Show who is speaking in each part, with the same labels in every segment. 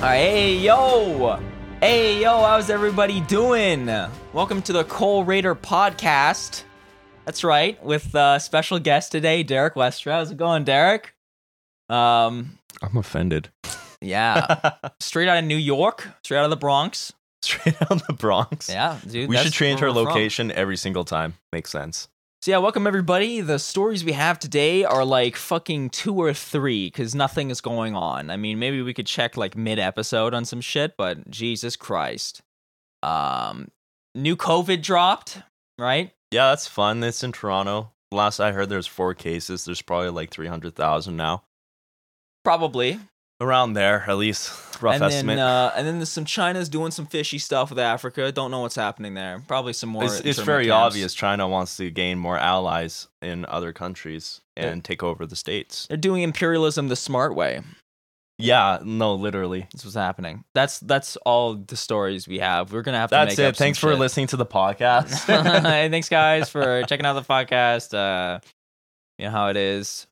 Speaker 1: Uh, Hey yo, hey yo, how's everybody doing? Welcome to the Cole Raider podcast. That's right, with uh, special guest today, Derek Westra. How's it going, Derek? Um,
Speaker 2: I'm offended.
Speaker 1: yeah, straight out of New York, straight out of the Bronx.
Speaker 2: Straight out of the Bronx.
Speaker 1: Yeah, dude.
Speaker 2: we
Speaker 1: that's
Speaker 2: should change
Speaker 1: where
Speaker 2: our
Speaker 1: we're from.
Speaker 2: location every single time. Makes sense.
Speaker 1: So yeah, welcome everybody. The stories we have today are like fucking two or three because nothing is going on. I mean, maybe we could check like mid episode on some shit, but Jesus Christ. Um, new COVID dropped, right?
Speaker 2: Yeah, that's fun. It's in Toronto. Last I heard, there's four cases. There's probably like 300,000 now.
Speaker 1: Probably.
Speaker 2: Around there, at least. Rough
Speaker 1: and
Speaker 2: estimate.
Speaker 1: then uh, and then there's some China's doing some fishy stuff with Africa. Don't know what's happening there. Probably some more.
Speaker 2: it's it's
Speaker 1: internment
Speaker 2: very
Speaker 1: camps.
Speaker 2: obvious China wants to gain more allies in other countries and take over the states.
Speaker 1: They're doing imperialism the smart way.
Speaker 2: Yeah, no, literally.
Speaker 1: That's what's happening. That's that's all the stories we have. We're gonna have to.
Speaker 2: That's
Speaker 1: make
Speaker 2: it.
Speaker 1: up some
Speaker 2: Thanks for
Speaker 1: shit.
Speaker 2: listening to the podcast.
Speaker 1: Hey, thanks guys for checking out the podcast uh you know how it is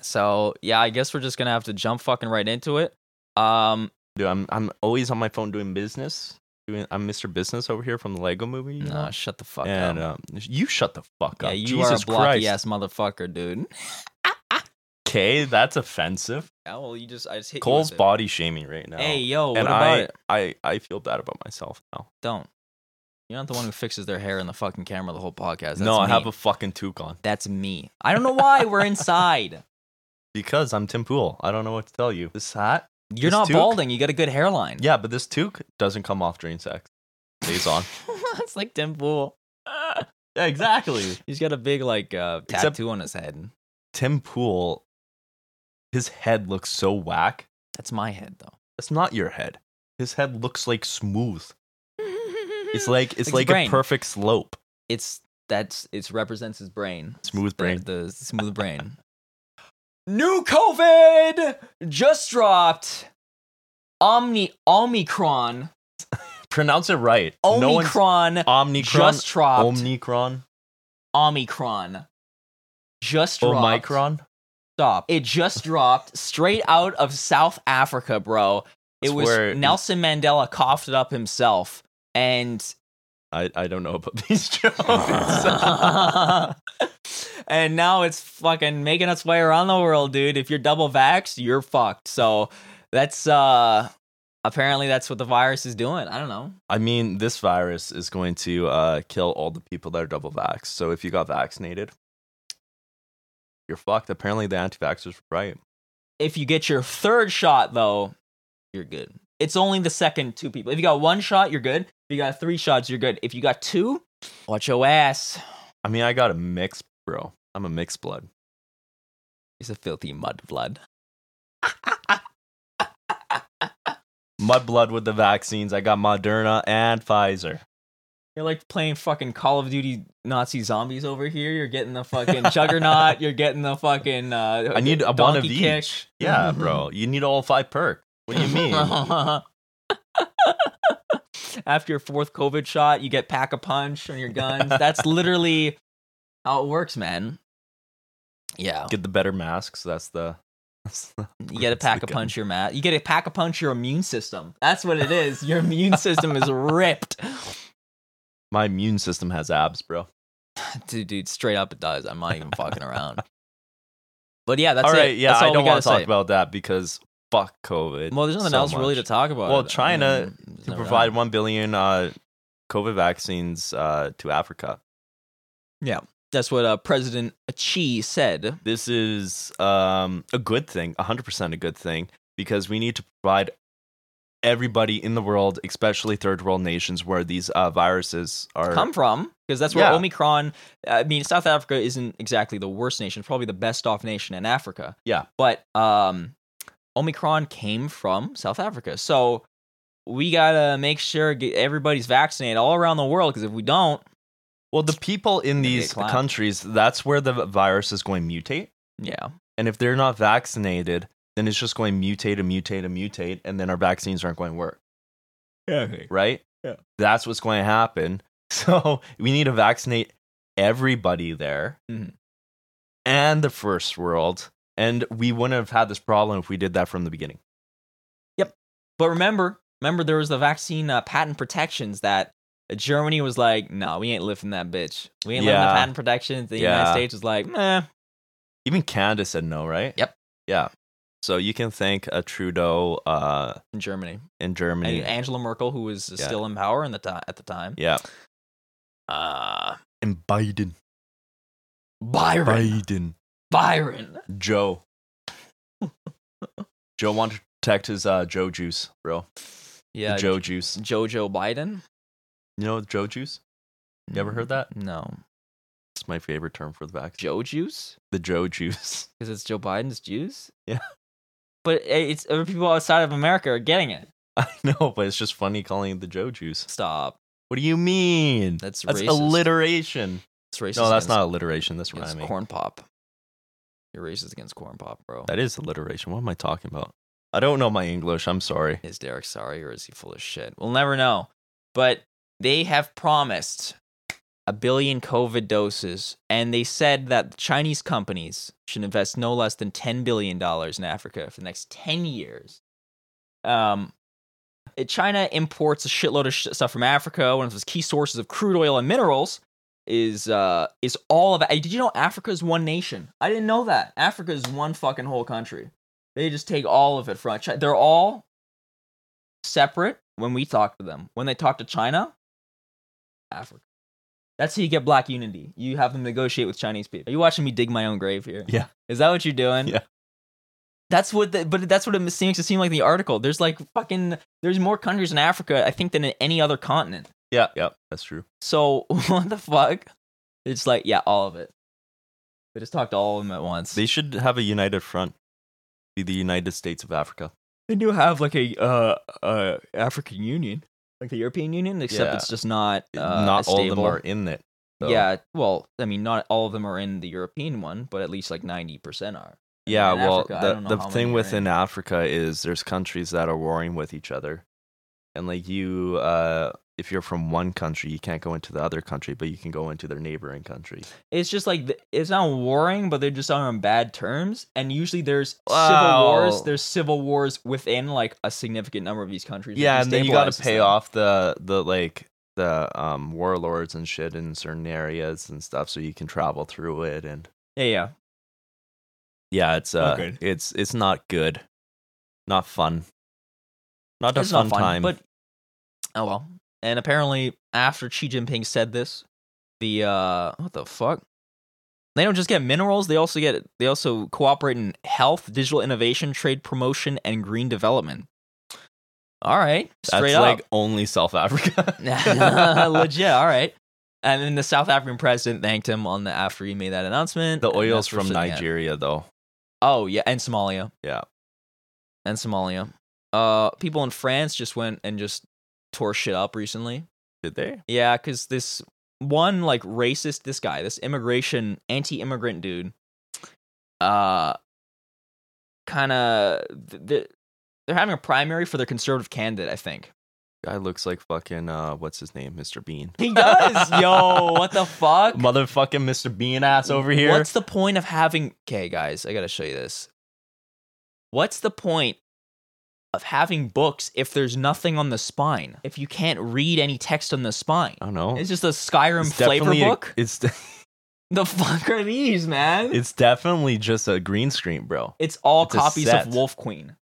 Speaker 1: so yeah i guess we're just gonna have to jump fucking right into it um
Speaker 2: Dude, I'm, I'm always on my phone doing business. Doing, I'm Mr. Business over here from the Lego movie. you know?
Speaker 1: nah, shut the fuck
Speaker 2: and
Speaker 1: up
Speaker 2: um, you shut the fuck up.
Speaker 1: yeah you
Speaker 2: Jesus
Speaker 1: are a blocky
Speaker 2: Christ.
Speaker 1: ass motherfucker dude
Speaker 2: Okay, that's offensive.
Speaker 1: yeah well you just i just hit
Speaker 2: Cole's
Speaker 1: you with
Speaker 2: body shaming right now.
Speaker 1: it. hey yo what
Speaker 2: and
Speaker 1: about
Speaker 2: I,
Speaker 1: it
Speaker 2: I, I feel bad about myself now.
Speaker 1: don't you're not the one who fixes their hair in the fucking camera the whole podcast that's
Speaker 2: no, I
Speaker 1: me.
Speaker 2: have a fucking toque on
Speaker 1: that's me i don't know why we're inside
Speaker 2: because I'm Tim Pool. I don't know what to tell you. This hat,
Speaker 1: you're
Speaker 2: This
Speaker 1: not
Speaker 2: toque?
Speaker 1: balding you got a good hairline
Speaker 2: yeah, but this toque doesn't come off during sex. Stays on.
Speaker 1: it's like tim pool
Speaker 2: yeah, exactly.
Speaker 1: He's got a big like uh, tattoo
Speaker 2: Except-
Speaker 1: on his head.
Speaker 2: Tim Pool, his head looks so whack.
Speaker 1: That's my head though.
Speaker 2: That's not your head. His head looks like smooth. It's
Speaker 1: It's
Speaker 2: like it's,
Speaker 1: his
Speaker 2: like
Speaker 1: brain.
Speaker 2: a perfect slope.
Speaker 1: it's that's it's represents his brain.
Speaker 2: Smooth
Speaker 1: The-
Speaker 2: brain.
Speaker 1: The, smooth brain. New COVID just dropped. Omni Omicron
Speaker 2: Pronounce it right. No one's-
Speaker 1: Omicron
Speaker 2: Omnicron.
Speaker 1: just dropped.
Speaker 2: Omnicron.
Speaker 1: Omicron just dropped.
Speaker 2: Omicron.
Speaker 1: Stop. It just dropped straight out of South Africa, bro. It
Speaker 2: That's
Speaker 1: was
Speaker 2: where it-
Speaker 1: Nelson Mandela coughed it up himself, and
Speaker 2: I, I don't know about these jokes.
Speaker 1: and now it's fucking making its way around the world, dude. If you're double vaxxed, you're fucked. So that's uh apparently that's what the virus is doing. I don't know.
Speaker 2: I mean, this virus is going to uh, kill all the people that are double vaxxed. So if you got vaccinated, you're fucked. Apparently, the anti vaxxers were right.
Speaker 1: If you get your third shot though, you're good. It's only the second two people. If you got one shot, you're good. If you got three shots, you're good. If you got two, watch your ass.
Speaker 2: I mean, I got a mix, bro. I'm a mixed blood.
Speaker 1: He's a filthy mud blood.
Speaker 2: Mud blood with the vaccines. I got Moderna and Pfizer.
Speaker 1: You're like playing fucking Call of Duty Nazi zombies over here. You're getting the fucking juggernaut. You're getting the fucking. Uh,
Speaker 2: I need a one of
Speaker 1: donkey kick.
Speaker 2: each. Yeah, bro. You need all five perk. What do you mean?
Speaker 1: After your fourth COVID shot, you get pack a punch on your guns. That's literally how it works, man. Yeah,
Speaker 2: Get the better masks. That's the. That's the
Speaker 1: you get a
Speaker 2: It's the
Speaker 1: pack a punch your mat. You get a pack a punch your immune system. That's what it is. Your immune system is ripped.
Speaker 2: my immune system has abs, bro.
Speaker 1: dude, dude, straight up, it does. I'm not even fucking around. But yeah, that's
Speaker 2: all right,
Speaker 1: it.
Speaker 2: yeah,
Speaker 1: that's all
Speaker 2: I don't
Speaker 1: want to
Speaker 2: talk about that because fuck COVID.
Speaker 1: Well, there's nothing
Speaker 2: so
Speaker 1: else really to
Speaker 2: much.
Speaker 1: talk about.
Speaker 2: Well,
Speaker 1: I mean,
Speaker 2: China
Speaker 1: it's
Speaker 2: to
Speaker 1: never
Speaker 2: provide
Speaker 1: done.
Speaker 2: 1 billion uh, COVID vaccines uh, to Africa.
Speaker 1: That's what uh, President Xi said.
Speaker 2: This is um, a good thing, 100% a good thing, because we need to provide everybody in the world, especially third world nations where these uh, viruses are.
Speaker 1: Come from because that's where
Speaker 2: Yeah.
Speaker 1: Omicron. I mean, South Africa isn't exactly the worst nation; it's probably the best off nation in Africa.
Speaker 2: Yeah.
Speaker 1: but um, Omicron came from South Africa, so we gotta make sure get everybody's vaccinated all around the world. Because if we don't,
Speaker 2: well, the people in
Speaker 1: Gonna get
Speaker 2: these
Speaker 1: clapped.
Speaker 2: countries, that's where the virus is going to mutate.
Speaker 1: yeah,
Speaker 2: And if they're not vaccinated, then it's just going to mutate and mutate and mutate, and then our vaccines aren't going to work. right?
Speaker 1: Yeah.
Speaker 2: That's what's going to happen. So we need to vaccinate everybody there
Speaker 1: Mhm.
Speaker 2: and the first world. And we wouldn't have had this problem if we did that from the beginning.
Speaker 1: But remember, remember there was the vaccine uh, patent protections that Germany was like, no, we ain't lifting that bitch. We ain't lifting
Speaker 2: Yeah.
Speaker 1: the patent protections. The United
Speaker 2: Yeah.
Speaker 1: States was like, meh.
Speaker 2: Even Canada said no, right?
Speaker 1: Yep.
Speaker 2: Yeah. So you can thank a Trudeau uh,
Speaker 1: In Germany,
Speaker 2: in Germany.
Speaker 1: and Angela Merkel, who was
Speaker 2: Yeah.
Speaker 1: still in power in the ti- at the time,
Speaker 2: yeah.
Speaker 1: uh,
Speaker 2: And Biden.
Speaker 1: Byron,
Speaker 2: Biden.
Speaker 1: Byron.
Speaker 2: Joe. Joe wanted to protect his uh, Joe juice, bro.
Speaker 1: Yeah,
Speaker 2: the Joe juice.
Speaker 1: Jojo Biden.
Speaker 2: You know Joe juice? You ever heard that?
Speaker 1: No,
Speaker 2: It's my favorite term for the vaccine.
Speaker 1: Joe Juice.
Speaker 2: The Joe juice.
Speaker 1: because it's Joe Biden's juice.
Speaker 2: Yeah.
Speaker 1: but eh, it's other people outside of America are getting it.
Speaker 2: I know, but it's just funny calling it the Joe juice.
Speaker 1: Stop.
Speaker 2: What do you mean?
Speaker 1: That's,
Speaker 2: That's
Speaker 1: racist.
Speaker 2: alliteration.
Speaker 1: It's racist.
Speaker 2: No, that's
Speaker 1: against-
Speaker 2: not alliteration. That's
Speaker 1: against
Speaker 2: rhyming.
Speaker 1: corn pop. You're racist against corn pop, bro.
Speaker 2: That is alliteration. What am I talking about? I don't know my English. I'm sorry.
Speaker 1: Is Derek sorry or is he full of shit? We'll never know. But they have promised a billion COVID doses, and they said that the Chinese companies should invest no less than ten billion dollars in Africa for the next ten years. Um, it- China imports a shitload of sh- stuff from Africa. One of its key sources of crude oil and minerals is uh is all of. Did you know Africa is one nation? I didn't know that. Africa is one fucking whole country. They just take all of it from China. They're all separate when we talk to them. When they talk to China, Africa. That's how you get black unity. You have them negotiate with Chinese people. Are you watching me dig my own grave here?
Speaker 2: Yeah.
Speaker 1: Is that what you're doing?
Speaker 2: Yeah.
Speaker 1: That's what, the, but that's what it seems to seem like in the article. There's like fucking, there's more countries in Africa, I think, than in any other continent.
Speaker 2: Yeah, yeah, that's true.
Speaker 1: So what the fuck? It's like, yeah, all of it. They just talk to all of them at once.
Speaker 2: They should have a united front. Be the United States of Africa.
Speaker 1: They do have like a uh, uh African Union, like the European Union, except
Speaker 2: Yeah.
Speaker 1: it's just not uh,
Speaker 2: Not
Speaker 1: as
Speaker 2: all of them
Speaker 1: stable.
Speaker 2: are in it. though.
Speaker 1: Yeah, well, I mean, not all of them are in the European one, but at least like ninety percent are. And
Speaker 2: Yeah,
Speaker 1: in
Speaker 2: well,
Speaker 1: Africa, I don't know
Speaker 2: the, the
Speaker 1: how
Speaker 2: thing
Speaker 1: many are in.
Speaker 2: within Africa is there's countries that are warring with each other. And like you, uh, if you're from one country, you can't go into the other country, but you can go into their neighboring country.
Speaker 1: it's just like th- it's not warring, but they're just on um, bad terms. And usually there's civil
Speaker 2: Wow.
Speaker 1: wars. There's civil wars within like a significant number of these countries. that
Speaker 2: Yeah, and then you got
Speaker 1: destabilizes
Speaker 2: to pay
Speaker 1: them.
Speaker 2: off the the like the um warlords and shit in certain areas and stuff, so you can travel through it. And
Speaker 1: Yeah, yeah.
Speaker 2: yeah, it's uh,
Speaker 1: Not Oh, good.
Speaker 2: it's it's not good, not fun, not a
Speaker 1: it's
Speaker 2: fun,
Speaker 1: not fun,
Speaker 2: time.
Speaker 1: But oh well. And apparently, after Xi Jinping said this, the uh, what the fuck? They don't just get minerals; they also get they also cooperate in health, digital innovation, trade promotion, and green development. All right,
Speaker 2: that's
Speaker 1: straight up,
Speaker 2: like only South Africa.
Speaker 1: legit. All right. And then the South African president thanked him on the after he made that announcement.
Speaker 2: The
Speaker 1: and
Speaker 2: oil's
Speaker 1: that's where
Speaker 2: from
Speaker 1: shit- yeah.
Speaker 2: Nigeria, though.
Speaker 1: Oh yeah, and Somalia.
Speaker 2: Yeah.
Speaker 1: And Somalia. Uh, people in France just went and just tore shit up recently.
Speaker 2: Did they?
Speaker 1: Yeah, because this one like racist, this guy, this immigration anti-immigrant dude, uh, kind of th- th- they're having a primary for their conservative candidate, I think.
Speaker 2: Guy looks like fucking uh, what's his name, Mr. Bean.
Speaker 1: He does. Yo, what the fuck?
Speaker 2: Motherfucking Mr. Bean ass over here.
Speaker 1: What's the point of having? Okay, guys, I gotta show you this. What's the point of having books if there's nothing on the spine? If you can't read any text on the spine,
Speaker 2: I don't know.
Speaker 1: it's just a Skyrim
Speaker 2: Oh. It's
Speaker 1: flavor
Speaker 2: definitely a-
Speaker 1: book.
Speaker 2: it's de-
Speaker 1: the fuck are these, man? It's,
Speaker 2: it's definitely just a green screen, bro.
Speaker 1: all
Speaker 2: it's a
Speaker 1: copies
Speaker 2: set.
Speaker 1: of Wolf Queen.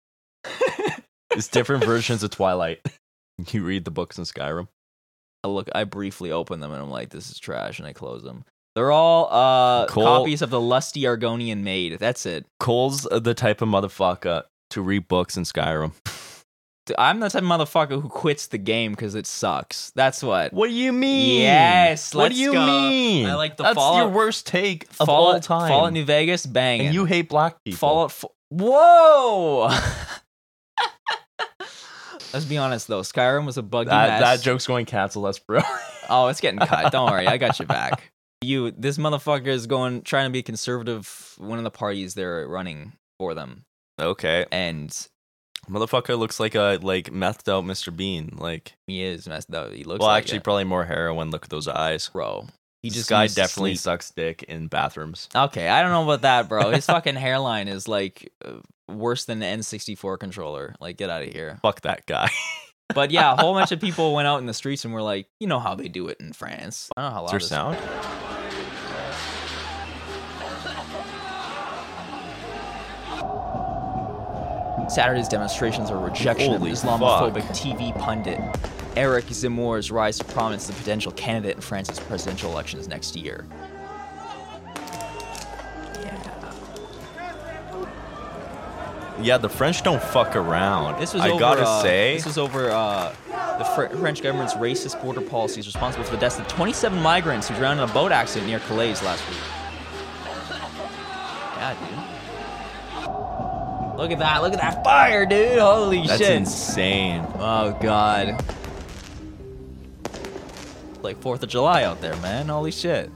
Speaker 2: It's different versions of Twilight. You read the books in Skyrim.
Speaker 1: I look, I briefly open them and I'm like, this is trash, and I close them. They're all uh,
Speaker 2: Cole-
Speaker 1: copies of the Lusty Argonian Maid. That's it.
Speaker 2: Cole's the type of motherfucker to read books in Skyrim.
Speaker 1: Dude, I'm the type of motherfucker who quits the game because it sucks. That's what.
Speaker 2: What do you mean?
Speaker 1: Yes,
Speaker 2: What
Speaker 1: let's
Speaker 2: do you
Speaker 1: go.
Speaker 2: mean?
Speaker 1: I like the
Speaker 2: That's
Speaker 1: Fallout-
Speaker 2: your worst take of
Speaker 1: Fallout,
Speaker 2: all time.
Speaker 1: Fallout New Vegas, bang.
Speaker 2: and you hate black people.
Speaker 1: Fallout. Fo- Whoa! Let's be honest though, Skyrim was a buggy mess.
Speaker 2: that, that joke's going cancel us, bro.
Speaker 1: Oh, it's getting cut. Don't worry, I got you back. You, this motherfucker is going trying to be conservative. One of the parties they're running for them,
Speaker 2: okay.
Speaker 1: and
Speaker 2: Motherfucker looks like a like methed out Mr. Bean. Like,
Speaker 1: he is messed up. He looks
Speaker 2: well,
Speaker 1: like
Speaker 2: actually,
Speaker 1: it.
Speaker 2: probably more heroin. Look at those eyes.
Speaker 1: bro. He
Speaker 2: This
Speaker 1: just
Speaker 2: guy
Speaker 1: needs to
Speaker 2: definitely
Speaker 1: sleep.
Speaker 2: sucks dick in bathrooms.
Speaker 1: Okay, I don't know about that, bro. His fucking hairline is like uh, worse than an N64 controller. Like, get out of here.
Speaker 2: Fuck that guy.
Speaker 1: But yeah, a whole bunch of people went out in the streets and were like, you know how they do it in France. I don't know how
Speaker 2: Is
Speaker 1: loud
Speaker 2: there
Speaker 1: this-
Speaker 2: sound?
Speaker 1: Saturday's demonstrations are a rejection
Speaker 2: Holy
Speaker 1: of Islamophobic
Speaker 2: fuck.
Speaker 1: TV pundit Eric Zemmour's rise to prominence as a potential candidate in France's presidential elections next year.
Speaker 2: Yeah, the French don't fuck around.
Speaker 1: This was
Speaker 2: I
Speaker 1: over,
Speaker 2: gotta
Speaker 1: uh,
Speaker 2: say.
Speaker 1: This was over uh, the Fr- French government's racist border policies responsible for the deaths of 27 migrants who drowned in a boat accident near Calais last week. Yeah, dude. Look at that! Look at that fire, dude! Holy
Speaker 2: that's
Speaker 1: shit!
Speaker 2: insane.
Speaker 1: Oh god. Like 4th of July out there, man. Holy shit.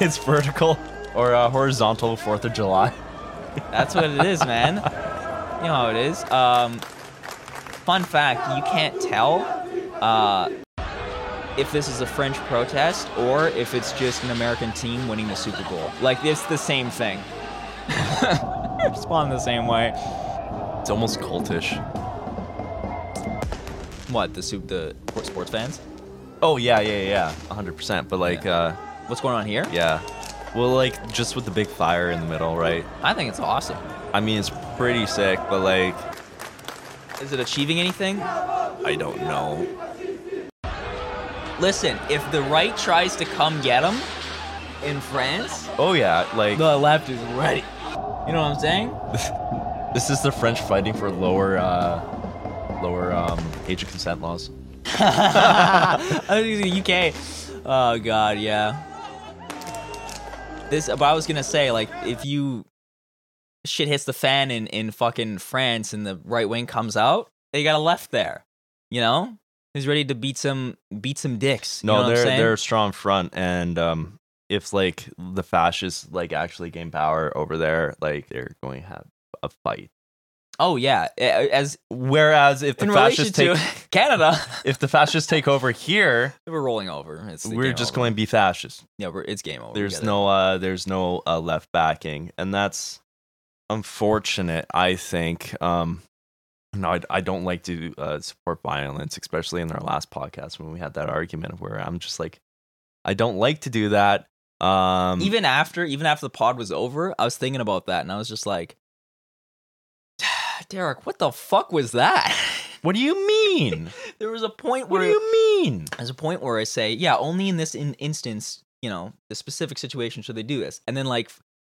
Speaker 2: It's vertical or uh, horizontal Fourth of July.
Speaker 1: That's what it is, man. You know how it is. Um fun fact, you can't tell uh if this is a French protest or if it's just an American team winning the Super Bowl. Like it's the same thing. Spawn the same way.
Speaker 2: It's almost cultish.
Speaker 1: What, the Sup- the sports fans?
Speaker 2: Oh yeah, yeah, yeah, hundred percent. But like, uh,
Speaker 1: What's going on here?
Speaker 2: yeah, well, like just with the big fire in the middle, right?
Speaker 1: I think it's awesome.
Speaker 2: I mean, it's pretty sick, but like,
Speaker 1: Is it achieving anything?
Speaker 2: I don't know.
Speaker 1: Listen, if the right tries to come get him in France,
Speaker 2: Oh yeah, like
Speaker 1: the left is ready. You know what I'm saying?
Speaker 2: this is the French fighting for lower, uh, lower um, age of consent laws.
Speaker 1: I was using UK. Oh god, yeah. This, but I was gonna say, like, if you shit hits the fan in in fucking France and the right wing comes out, they got a left there. You know, who's ready to beat some beat some dicks? You know
Speaker 2: No,
Speaker 1: what I'm
Speaker 2: they're
Speaker 1: saying?
Speaker 2: they're a strong front, and um, if like the fascists like actually gain power over there, like they're going to have a fight.
Speaker 1: Oh yeah, a- as
Speaker 2: Whereas if the
Speaker 1: in relation
Speaker 2: fascists
Speaker 1: to
Speaker 2: take
Speaker 1: Canada,
Speaker 2: if the fascists take over here,
Speaker 1: we're rolling over. It's the
Speaker 2: we're
Speaker 1: game
Speaker 2: just
Speaker 1: over.
Speaker 2: going to be fascist.
Speaker 1: Yeah, we're, it's game over. Oh, we
Speaker 2: There's
Speaker 1: get it.
Speaker 2: no uh there's no uh, left backing and that's unfortunate I think um no I, I don't like to uh, support violence especially in our last podcast when we had that argument where I'm just like I don't like to do that um
Speaker 1: even after even after the pod was over, I was thinking about that, and I was just like, Derek, what the fuck was that?
Speaker 2: what do you mean
Speaker 1: there was a point
Speaker 2: what
Speaker 1: where
Speaker 2: do you mean
Speaker 1: there's a point where I say, yeah, only in this in- instance, you know, the specific situation should they do this, and then like.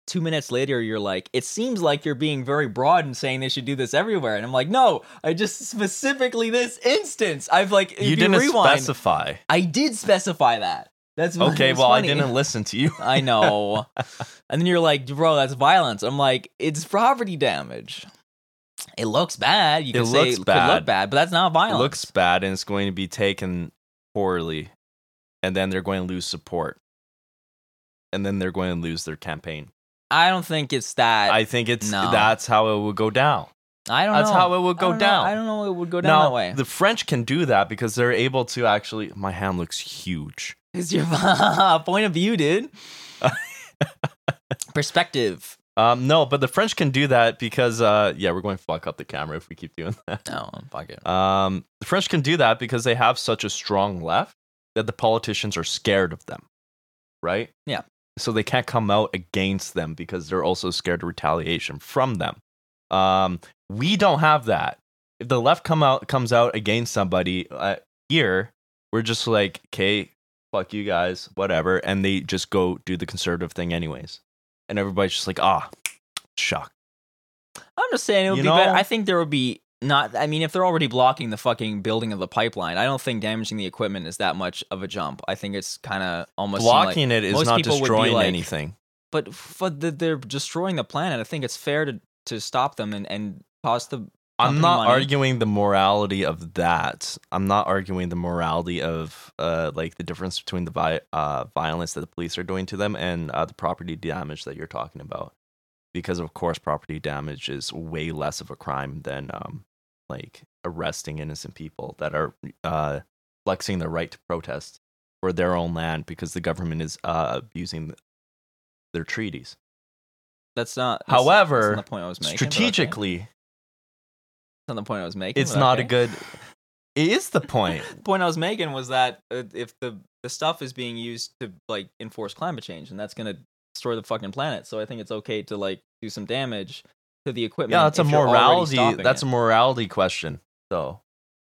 Speaker 1: Two minutes later, you're like, it seems like you're being very broad and saying they should do this everywhere. And I'm like, no, I just specifically this instance. I've like, if
Speaker 2: you didn't
Speaker 1: rewind,
Speaker 2: specify
Speaker 1: I did specify that. That's what-
Speaker 2: okay
Speaker 1: it's
Speaker 2: well
Speaker 1: funny.
Speaker 2: I didn't listen to you
Speaker 1: I know. and then you're like, bro, that's violence. I'm like, it's property damage. It looks bad. You
Speaker 2: It
Speaker 1: can say
Speaker 2: looks
Speaker 1: it could
Speaker 2: bad.
Speaker 1: look bad, but that's not
Speaker 2: it
Speaker 1: violence.
Speaker 2: looks bad and it's going to be taken poorly and then they're going to lose support and then they're going to lose their campaign
Speaker 1: I don't think it's that.
Speaker 2: i
Speaker 1: I,
Speaker 2: think it's
Speaker 1: no.
Speaker 2: that's how it will go down
Speaker 1: don't
Speaker 2: that's
Speaker 1: know.
Speaker 2: how it would
Speaker 1: I
Speaker 2: go
Speaker 1: don't know.
Speaker 2: down
Speaker 1: I don't know. It would go down
Speaker 2: now
Speaker 1: that way.
Speaker 2: the french can do that because they're able to actually my hand looks huge
Speaker 1: It's your point of view, dude. Perspective.
Speaker 2: um no but the french can do that because uh yeah we're going to fuck up the camera if we keep doing that
Speaker 1: No, fuck it.
Speaker 2: um the french can do that because they have such a strong left that the politicians are scared of them right
Speaker 1: Yeah.
Speaker 2: so they can't come out against them because they're also scared of retaliation from them um we don't have that if the left come out comes out against somebody uh, here we're just like okay fuck you guys whatever and they just go do the conservative thing anyways and everybody's just like ah shock
Speaker 1: I'm just saying it would
Speaker 2: You
Speaker 1: be better.
Speaker 2: know-
Speaker 1: I think there would be not. I mean, if they're already blocking the fucking building of the pipeline, I don't think damaging the equipment is that much of a jump. I think it's kind of almost seem like-
Speaker 2: blocking it is
Speaker 1: most
Speaker 2: not
Speaker 1: people would be
Speaker 2: destroying
Speaker 1: like-
Speaker 2: anything
Speaker 1: but for the, they're destroying the planet. I think it's fair to to stop them and and cost the.
Speaker 2: I'm
Speaker 1: company
Speaker 2: not
Speaker 1: money.
Speaker 2: arguing the morality of that. I'm not arguing the morality of uh, like the difference between the vi- uh, violence that the police are doing to them and uh, the property damage that you're talking about. Because of course, property damage is way less of a crime than um, like arresting innocent people that are uh, flexing their right to protest for their own land because the government is uh, abusing their treaties.
Speaker 1: That's not. that's-
Speaker 2: However,
Speaker 1: that's not the point I was making. eh? but okay.
Speaker 2: Strategically,
Speaker 1: that's not the point I was making.
Speaker 2: it's
Speaker 1: but
Speaker 2: not
Speaker 1: okay.
Speaker 2: a good. It is the point.
Speaker 1: The point I was making was that uh, if the the stuff is being used to like enforce climate change, and that's gonna destroy the fucking planet, so I think it's okay to like do some damage to the equipment.
Speaker 2: yeah, that's a
Speaker 1: if you're already
Speaker 2: morality.
Speaker 1: stopping
Speaker 2: That's
Speaker 1: it.
Speaker 2: a morality question, though.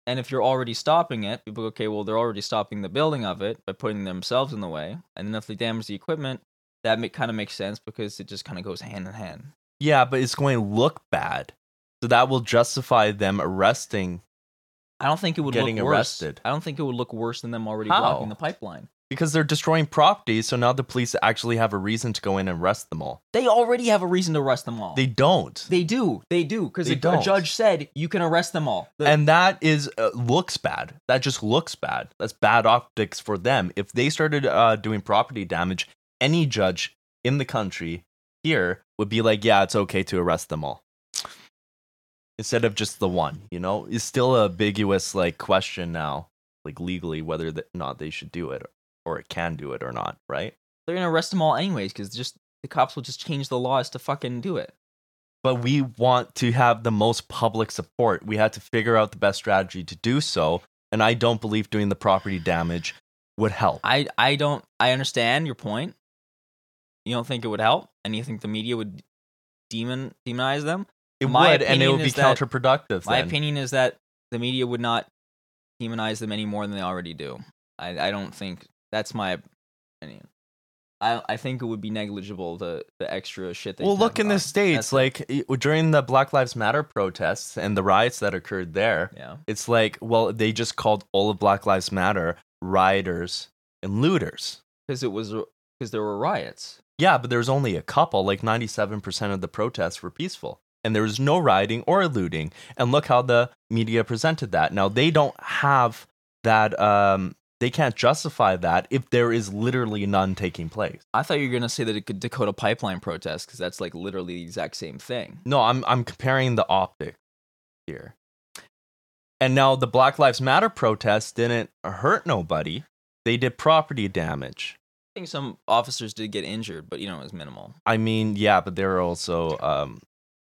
Speaker 1: and if you're already stopping it, people go, okay, well they're already stopping the building of it by putting themselves in the way, and then if they damage the equipment, that ma- kind of makes sense because it just kind of goes hand in hand.
Speaker 2: Yeah, but it's going to look bad, so that will justify them arresting
Speaker 1: I don't think it would
Speaker 2: Getting
Speaker 1: look worse.
Speaker 2: arrested.
Speaker 1: I don't think it would look worse than them already
Speaker 2: How?
Speaker 1: blocking the pipeline.
Speaker 2: because they're destroying property. So now the police actually have a reason to go in and arrest them all.
Speaker 1: They already have a reason to arrest them all.
Speaker 2: They don't,
Speaker 1: They do. They do because
Speaker 2: They
Speaker 1: a, a
Speaker 2: don't.
Speaker 1: judge said you can arrest them all. The-
Speaker 2: and that is uh, looks bad. That just looks bad. That's bad optics for them. If they started uh, doing property damage, any judge in the country here would be like, "Yeah, it's okay to arrest them all." Instead of just the one, you know, it's still a ambiguous like question now, like legally whether that not they should do it or it can do it or not, right?
Speaker 1: they're gonna arrest them all anyways because just the cops will just change the laws to fucking do it.
Speaker 2: but we want to have the most public support. We had to figure out the best strategy to do so, and I don't believe doing the property damage would help.
Speaker 1: I I don't. I understand your point. You don't think it would help, and you think the media would demon demonize them.
Speaker 2: It
Speaker 1: my
Speaker 2: would, and it
Speaker 1: opinion
Speaker 2: would be
Speaker 1: is that-
Speaker 2: counterproductive.
Speaker 1: My
Speaker 2: then.
Speaker 1: opinion is that the media would not demonize them any more than they already do. I I don't think that's my opinion. I I think it would be negligible the the extra shit. They
Speaker 2: Well, look in the
Speaker 1: this
Speaker 2: states, like i- during the Black Lives Matter protests and the riots that occurred there.
Speaker 1: yeah.
Speaker 2: It's like, well, they just called all of Black Lives Matter rioters and looters.
Speaker 1: because it was because there were riots.
Speaker 2: Yeah, but there was only a couple. Like 97% of the protests were peaceful. And there was no rioting or looting. And look how the media presented that. Now, they don't have that, um, they can't justify that if there is literally none taking place.
Speaker 1: I thought you were gonna say that it could Dakota pipeline protest because that's like literally the exact same thing.
Speaker 2: No, I'm, I'm comparing the optic here. And now the Black Lives Matter protests didn't hurt nobody, they did property damage.
Speaker 1: I think some officers did get injured, but you know it was minimal.
Speaker 2: I mean, yeah, but there are also um,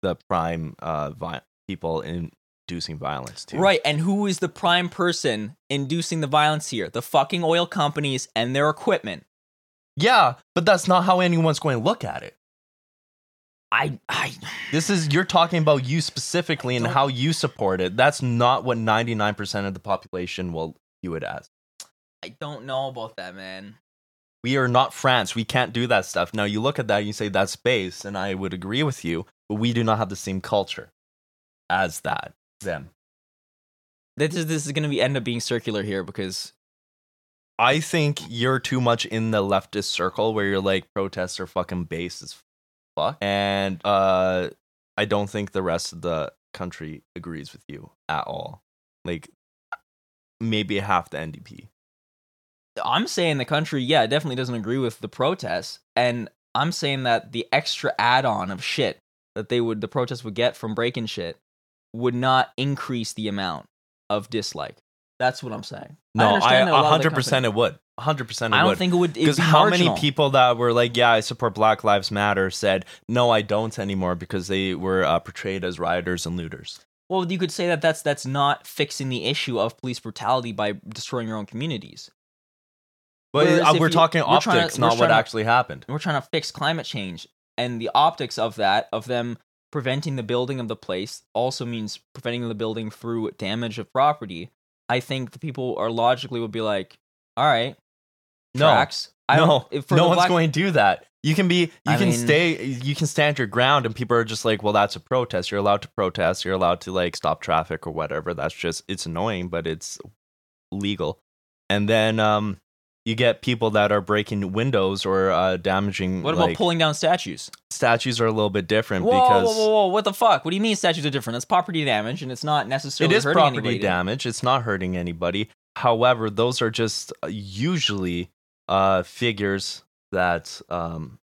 Speaker 2: the prime uh, vi- people inducing violence too.
Speaker 1: Right, and who is the prime person inducing the violence here? The fucking oil companies and their equipment.
Speaker 2: Yeah, but that's not how anyone's going to look at it.
Speaker 1: I I
Speaker 2: This is you're talking about you specifically and
Speaker 1: Don't-
Speaker 2: how you support it. That's not what 99% of the population will view it as.
Speaker 1: I don't know about that, man.
Speaker 2: We are not France. We can't do that stuff. Now you look at that and you say that's base, and I would agree with you, but we do not have the same culture as that. Them.
Speaker 1: This is this is gonna be end up being circular here because
Speaker 2: I think you're too much in the leftist circle where you're like protests are fucking base as fuck, and uh, I don't think the rest of the country agrees with you at all. Like maybe half the NDP.
Speaker 1: I'm saying the country, yeah, definitely doesn't agree with the protests, and I'm saying that the extra add-on of shit that they would the protests would get from breaking shit would not increase the amount of dislike. That's what I'm saying.
Speaker 2: No, I
Speaker 1: understand that a lot of the
Speaker 2: hundred percent it would. hundred percent it
Speaker 1: I don't
Speaker 2: would.
Speaker 1: think it would
Speaker 2: because how many people that were like, "Yeah, I support Black Lives Matter," said, "No, I don't anymore," because they were uh, portrayed as rioters and looters.
Speaker 1: Well, you could say that that's that's not fixing the issue of police brutality by destroying your own communities.
Speaker 2: But
Speaker 1: Whereas
Speaker 2: uh,
Speaker 1: if
Speaker 2: we're
Speaker 1: you-
Speaker 2: talking
Speaker 1: we're trying to-
Speaker 2: optics,
Speaker 1: we're
Speaker 2: not what
Speaker 1: trying to-
Speaker 2: actually happened.
Speaker 1: And we're trying to fix climate change, and the optics of that of them preventing the building of the place also means preventing the building through damage of property. I think the people are logically would be like, "All right,
Speaker 2: No.
Speaker 1: tracks." I
Speaker 2: no,
Speaker 1: don't, if for
Speaker 2: no
Speaker 1: the
Speaker 2: one's
Speaker 1: black-
Speaker 2: going to do that. You can be, you
Speaker 1: I
Speaker 2: can
Speaker 1: mean-
Speaker 2: stay, you can stand your ground, and people are just like, well, that's a protest. You're allowed to protest. You're allowed to like stop traffic or whatever. That's just, it's annoying, but it's legal. And then um, you get people that are breaking windows or uh, damaging.
Speaker 1: What about
Speaker 2: like,
Speaker 1: pulling down statues?
Speaker 2: statues? Are a little bit
Speaker 1: Whoa,
Speaker 2: different
Speaker 1: whoa,
Speaker 2: because
Speaker 1: whoa, whoa! What the fuck? What do you mean statues are different? That's property damage, and it's not necessarily
Speaker 2: it is
Speaker 1: hurting
Speaker 2: property
Speaker 1: anybody.
Speaker 2: damage. It's not hurting anybody. However, those are just uh, usually uh, figures that um,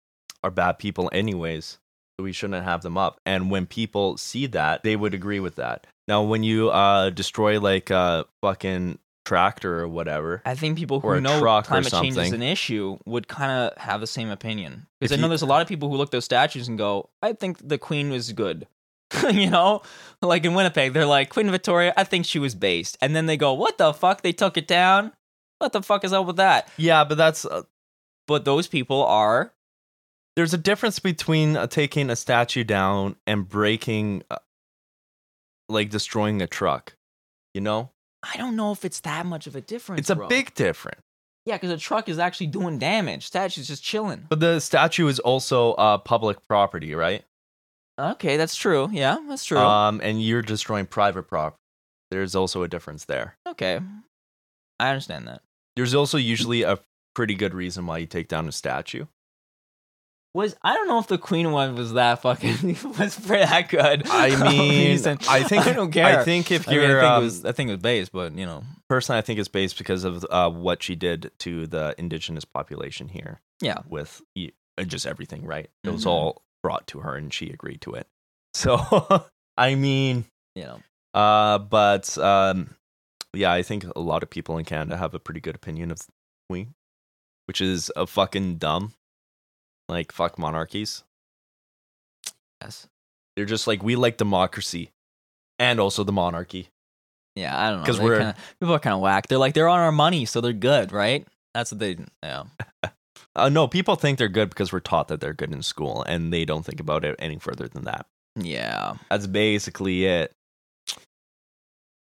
Speaker 2: are bad people, anyways. So we shouldn't have them up. And when people see that, they would agree with that. Now, when you uh, destroy like uh, fucking tractor or whatever.
Speaker 1: I think people who
Speaker 2: Or a
Speaker 1: know
Speaker 2: truck or
Speaker 1: climate change is
Speaker 2: something.
Speaker 1: an issue would kind of have the same opinion.
Speaker 2: If
Speaker 1: Because I know
Speaker 2: you-
Speaker 1: there's a lot of people who look at those statues and go, "I think the queen was good." you know, like in Winnipeg, they're like Queen Victoria. I think she was based, and then they go, "What the fuck? They took it down. What the fuck is up with that?"
Speaker 2: Yeah, but that's uh,
Speaker 1: But those people are
Speaker 2: there's a difference between uh, taking a statue down and breaking, uh, like destroying a truck. You know,
Speaker 1: I don't know if it's that much of a difference.
Speaker 2: it's a
Speaker 1: bro.
Speaker 2: big difference.
Speaker 1: yeah, because a truck is actually doing damage. Statue's just chilling.
Speaker 2: But the statue is also uh, public property, right?
Speaker 1: Okay, that's true. Yeah, that's true.
Speaker 2: Um, and you're destroying private property. There's also a difference there.
Speaker 1: okay, I understand that.
Speaker 2: There's also usually a pretty good reason why you take down a statue.
Speaker 1: Was I don't know if the Queen one was that fucking was for that good.
Speaker 2: I
Speaker 1: for no
Speaker 2: mean,
Speaker 1: reason.
Speaker 2: I think-
Speaker 1: I don't care.
Speaker 2: I think if
Speaker 1: I mean, I
Speaker 2: you're
Speaker 1: think
Speaker 2: um,
Speaker 1: it was I think it was base, but you know,
Speaker 2: personally, I think it's based because of uh, what she did to the indigenous population here.
Speaker 1: Yeah.
Speaker 2: with e- uh, just everything, right? It was
Speaker 1: Mhm.
Speaker 2: all brought to her, and she agreed to it. So, I mean,
Speaker 1: you know,
Speaker 2: uh, but um, yeah, I think a lot of people in Canada have a pretty good opinion of Queen, which is a fucking dumb. Like fuck monarchies.
Speaker 1: yes,
Speaker 2: They're just like we like democracy, and also the monarchy.
Speaker 1: yeah, I don't know.
Speaker 2: 'Cause
Speaker 1: They're
Speaker 2: we're-
Speaker 1: kinda, people are kind of whack. They're like they're on our money, so they're good, right? That's what they. Yeah,
Speaker 2: Uh, no, people think they're good because we're taught that they're good in school, and they don't think about it any further than that.
Speaker 1: yeah,
Speaker 2: That's basically it.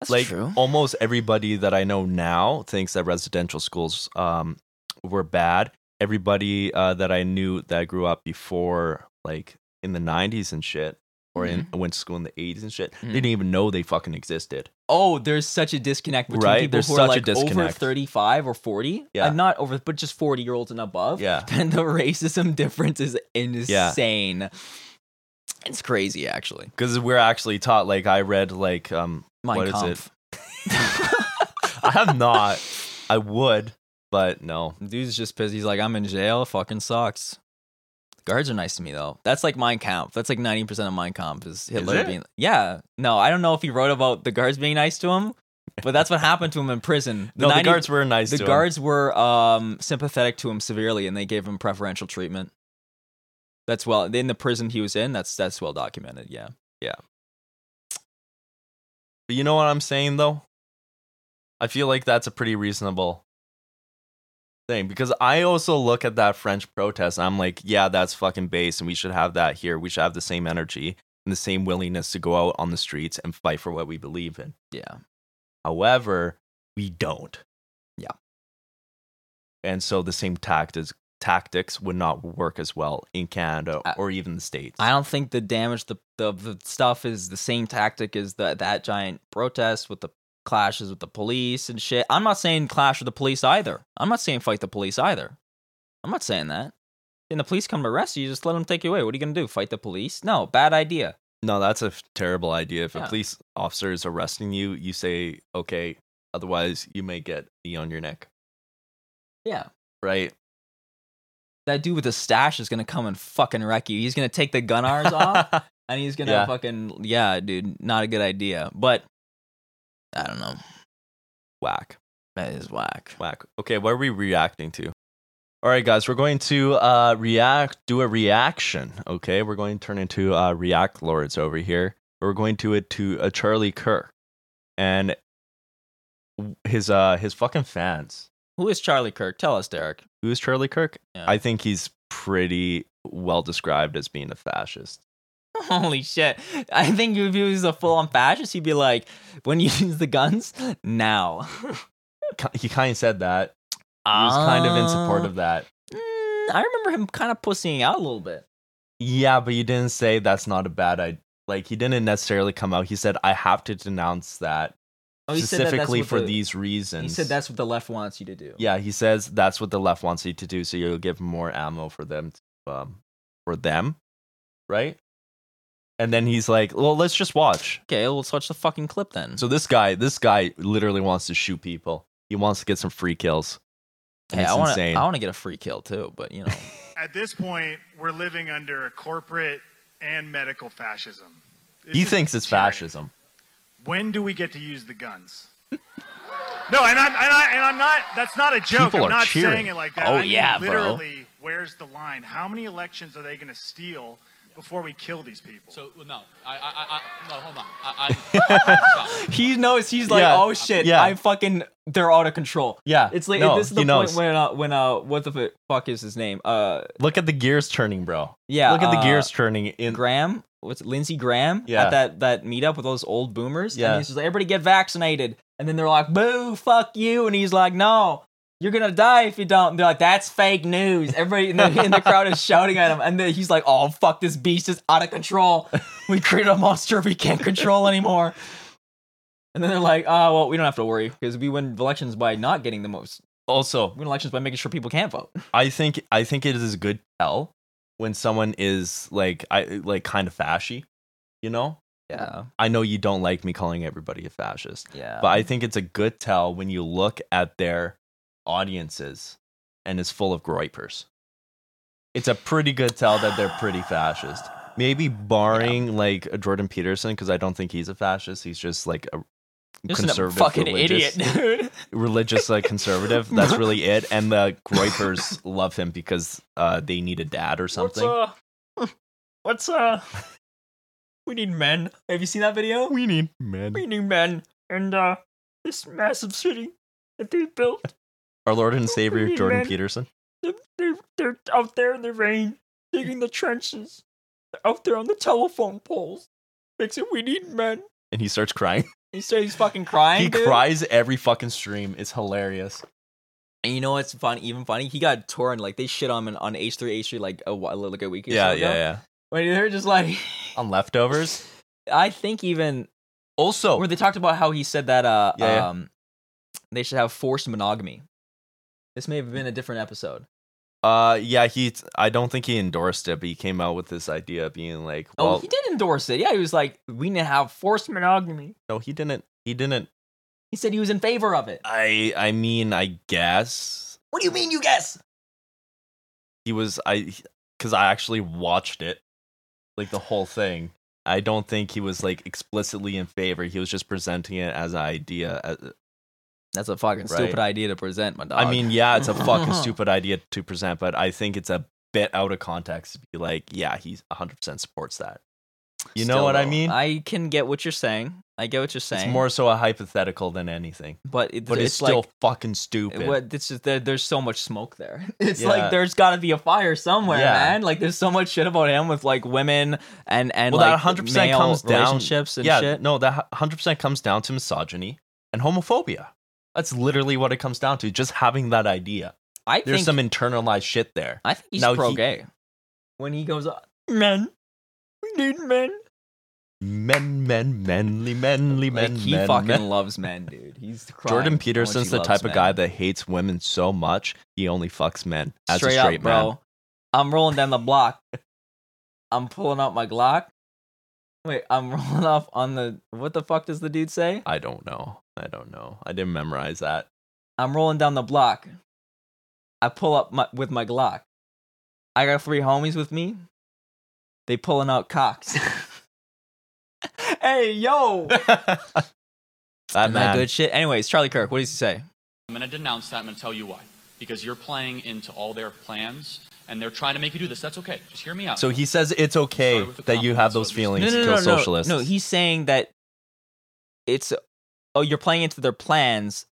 Speaker 1: that's
Speaker 2: like
Speaker 1: true.
Speaker 2: almost everybody that I know now thinks that residential schools um, were bad. Everybody uh, that I knew that grew up before, like in the '90s and shit, or
Speaker 1: Mm-hmm.
Speaker 2: in, went to school in the '80s and shit,
Speaker 1: Mhm.
Speaker 2: they didn't even know they fucking existed.
Speaker 1: Oh, there's such a disconnect between
Speaker 2: Right?
Speaker 1: people
Speaker 2: There's
Speaker 1: who
Speaker 2: such
Speaker 1: are
Speaker 2: a
Speaker 1: like over
Speaker 2: disconnect.
Speaker 1: 35 or 40.
Speaker 2: Yeah.
Speaker 1: Uh, not over, but just 40 year olds and above.
Speaker 2: Yeah.
Speaker 1: And the racism difference is insane. It's crazy, actually.
Speaker 2: Because we're actually taught. Like I read, like um,
Speaker 1: Mein
Speaker 2: What is
Speaker 1: Kampf.
Speaker 2: I have not. I would, but no.
Speaker 1: Dude's just pissed. He's like, I'm in jail. Fucking sucks. Guards are nice to me though. That's like Mein Kampf. That's like 90% of Mein Kampf is Hitler
Speaker 2: it?
Speaker 1: being. Yeah. No, I don't know if he wrote about the guards being nice to him, but that's what happened to him in prison.
Speaker 2: No, the
Speaker 1: 90
Speaker 2: guards were nice.
Speaker 1: The
Speaker 2: to him.
Speaker 1: guards were um, sympathetic to him severely, and they gave him preferential treatment. That's well in the prison he was in. That's that's well documented. Yeah,
Speaker 2: But you know what I'm saying though? I feel like that's a pretty reasonable thing because I also look at that French protest and I'm like, yeah, that's fucking base and we should have that here. We should have the same energy and the same willingness to go out on the streets and fight for what we believe in.
Speaker 1: yeah,
Speaker 2: However, we don't.
Speaker 1: Yeah.
Speaker 2: And so the same tactics tactics would not work as well in Canada
Speaker 1: I-
Speaker 2: or even the States.
Speaker 1: I don't think the damage the the, the stuff is the same tactic as the, that giant protest with the clashes with the police and shit. I'm not saying clash with the police either. I'm not saying fight the police either. I'm not saying that. Then the police come to arrest you, you just let them take you away. What are you gonna do? Fight the police? No, bad idea.
Speaker 2: No, that's a f- terrible idea. If
Speaker 1: Yeah.
Speaker 2: a police officer is arresting you, you say, okay, otherwise you may get knee on your neck,
Speaker 1: Yeah.
Speaker 2: right?
Speaker 1: that dude with the stash is gonna come and fucking wreck you. He's gonna take the gun arms off and he's gonna
Speaker 2: Yeah.
Speaker 1: fucking yeah, dude. Not a good idea. But I don't know.
Speaker 2: whack,
Speaker 1: That is whack.
Speaker 2: whack. Okay, what are we reacting to? All right, guys, we're going to uh, react, do a reaction. Okay, we're going to turn into uh, React Lords over here. We're going to it to uh, Charlie Kirk and his uh his fucking fans.
Speaker 1: Who is Charlie Kirk? Tell us, Derek.
Speaker 2: Who is Charlie Kirk?
Speaker 1: Yeah.
Speaker 2: I think he's pretty well described as being a fascist.
Speaker 1: Holy shit. I think if he was a full on fascist, he'd be like, when you use the guns, now.
Speaker 2: ki- he kind of said that. He was kind of in support of that.
Speaker 1: Uh, mm, I remember him kind of pussying out a little bit.
Speaker 2: Yeah, but you didn't say that's not a bad idea. Like he didn't necessarily come out. He said I have to denounce that
Speaker 1: Oh, he said that that's
Speaker 2: specifically
Speaker 1: what
Speaker 2: for
Speaker 1: the-
Speaker 2: these reasons.
Speaker 1: He said that's what the left wants you to do.
Speaker 2: Yeah, he says that's what the left wants you to do. So you'll give more ammo for them, to, um, for them, right? And then he's like, "Well, let's just watch."
Speaker 1: Okay, well, let's watch the fucking clip then.
Speaker 2: So this guy, this guy literally wants to shoot people. He wants to get some free kills.
Speaker 1: hey,
Speaker 2: it's
Speaker 1: I wanna,
Speaker 2: insane.
Speaker 1: I want to get a free kill too, but you know.
Speaker 3: At this point, we're living under a corporate and medical fascism. This
Speaker 2: He
Speaker 3: is
Speaker 2: thinks it's
Speaker 3: tyranny.
Speaker 2: fascism.
Speaker 3: When do we get to use the guns? No, and I'm, and, I, and I'm not. That's not a joke.
Speaker 2: People
Speaker 3: I'm
Speaker 2: are
Speaker 3: not
Speaker 2: cheering.
Speaker 3: saying it like that.
Speaker 1: Oh,
Speaker 3: I mean,
Speaker 1: yeah, bro.
Speaker 3: literally, where's the line? How many elections are they going to steal before we kill these people?
Speaker 4: So well, no, I, I, I, I no, hold on. I, I,
Speaker 1: He knows he's like,
Speaker 2: Yeah.
Speaker 1: oh shit,
Speaker 2: Yeah.
Speaker 1: I fucking they're out of control.
Speaker 2: Yeah,
Speaker 1: It's like
Speaker 2: no,
Speaker 1: this is
Speaker 2: he
Speaker 1: the
Speaker 2: knows.
Speaker 1: point when uh, when uh what the fu- fuck is his name? Uh
Speaker 2: Look at the gears turning, bro.
Speaker 1: yeah.
Speaker 2: Look at the
Speaker 1: uh,
Speaker 2: gears turning in.
Speaker 1: Graham, what's it, Lindsey Graham
Speaker 2: Yeah.
Speaker 1: at that that meetup with those old boomers.
Speaker 2: Yeah.
Speaker 1: And he's just like, everybody get vaccinated. And then they're like, boo, fuck you. And he's like, no, you're gonna die if you don't. And they're like, that's fake news. Everybody in the, in the crowd is shouting at him. And then he's like, oh fuck, this beast is out of control. We created a monster we can't control anymore. And then they're like, oh well, we don't have to worry because we win elections by not getting the most.
Speaker 2: also,
Speaker 1: We win elections by making sure people can't vote.
Speaker 2: I think I think it is a good tell when someone is like I like kind of fashy, you know?
Speaker 1: Yeah,
Speaker 2: I know you don't like me calling everybody a fascist,
Speaker 1: yeah.
Speaker 2: but I think it's a good tell when you look at their audiences and it's full of gripers. It's a pretty good tell that they're pretty fascist. Maybe barring like a Jordan Peterson because I don't think he's a fascist. He's just like a
Speaker 1: Just a
Speaker 2: conservative
Speaker 1: fucking
Speaker 2: religious-
Speaker 1: idiot, dude.
Speaker 2: religious like conservative. That's really it. And the gripers love him because uh, they need a dad or something.
Speaker 1: What's uh? We need men. Have you seen that video?
Speaker 2: We need men.
Speaker 1: need men, and uh, this massive city that they built,
Speaker 2: Our Lord and
Speaker 1: We
Speaker 2: Savior
Speaker 1: need
Speaker 2: Jordan
Speaker 1: men.
Speaker 2: Peterson.
Speaker 1: they're, they're, they're out there in the rain, digging the trenches. They're out there on the telephone poles, fixing. We need men.
Speaker 2: And he starts crying.
Speaker 1: He said he's fucking crying.
Speaker 2: he
Speaker 1: dude.
Speaker 2: cries every fucking stream. It's hilarious.
Speaker 1: And you know what's fun? Even funny, he got torn. Like they shit on him on H three H three like a while, like a week or
Speaker 2: Yeah,
Speaker 1: so ago.
Speaker 2: yeah, yeah.
Speaker 1: When they're just like,
Speaker 2: On leftovers.
Speaker 1: I think even
Speaker 2: Also,
Speaker 1: where they talked about how he said that uh
Speaker 2: Yeah, yeah.
Speaker 1: um they should have forced monogamy. This may have been a different episode.
Speaker 2: uh, yeah, he. I don't think he endorsed it, but he came out with this idea of being like, well,
Speaker 1: oh, he did endorse it. Yeah, he was like, "We need to have forced monogamy."
Speaker 2: no, he didn't. He didn't.
Speaker 1: He said he was in favor of it.
Speaker 2: I. I mean, I guess
Speaker 1: What do you mean, you guess?
Speaker 2: he was I because I actually watched it, like the whole thing. I don't think he was like explicitly in favor. He was just presenting it as an idea. uh, as-
Speaker 1: That's a fucking stupid idea to present, my dog.
Speaker 2: I mean, uh, yeah, it's a fucking stupid idea to present, but I think it's a bit out of context to be like, yeah, he's 100% supports that. You know
Speaker 1: Still,
Speaker 2: what I
Speaker 1: though,
Speaker 2: mean?
Speaker 1: I can get what you're saying. I get what you're saying.
Speaker 2: it's more so a hypothetical than anything,
Speaker 1: but, it,
Speaker 2: but it's,
Speaker 1: it's,
Speaker 2: still
Speaker 1: like
Speaker 2: fucking stupid.
Speaker 1: what this is. There, there's so much smoke there. It's
Speaker 2: Yeah.
Speaker 1: like there's got to be a fire somewhere,
Speaker 2: Yeah.
Speaker 1: man. Like there's so much shit about him with like women and and
Speaker 2: Well, that
Speaker 1: like
Speaker 2: 100%
Speaker 1: male
Speaker 2: comes down-
Speaker 1: relationships and
Speaker 2: yeah,
Speaker 1: shit.
Speaker 2: no, that 100% comes down to misogyny and homophobia. That's literally what it comes down to. Just having that idea.
Speaker 1: I
Speaker 2: There's
Speaker 1: think
Speaker 2: some internalized shit there.
Speaker 1: I think he's
Speaker 2: Now he-
Speaker 1: pro gay. When he goes, uh, men, we need men.
Speaker 2: Men, men, menly, menly, men,
Speaker 1: like he
Speaker 2: men,
Speaker 1: fucking
Speaker 2: men.
Speaker 1: loves men, dude. He's crying how
Speaker 2: Jordan
Speaker 1: much
Speaker 2: Peterson's
Speaker 1: he
Speaker 2: the
Speaker 1: loves
Speaker 2: type of
Speaker 1: men.
Speaker 2: guy that hates women so much he only fucks men as
Speaker 1: straight
Speaker 2: a straight
Speaker 1: up,
Speaker 2: man.
Speaker 1: bro. I'm rolling down the block. I'm pulling out my Glock. Wait, I'm rolling off on the. What the fuck does the dude say?
Speaker 2: I don't know. I don't know. I didn't memorize that.
Speaker 1: I'm rolling down the block. I pull up my, with my Glock. I got three homies with me. They pulling out cocks. hey, yo.
Speaker 2: that
Speaker 1: Isn't that
Speaker 2: man.
Speaker 1: good shit? Anyways, Charlie Kirk, what does he say?
Speaker 4: I'm going to denounce that. I'm going to tell you why. Because you're playing into all their plans, and they're trying to make you do this. That's okay. Just hear me out.
Speaker 2: so he says it's okay
Speaker 4: Sorry with the
Speaker 2: that you
Speaker 4: compliments,
Speaker 2: have those
Speaker 4: so just-
Speaker 2: feelings.
Speaker 1: no, no,
Speaker 2: kill
Speaker 1: no, no,
Speaker 2: socialists.
Speaker 1: No, he's saying that it's oh, you're playing into their plans,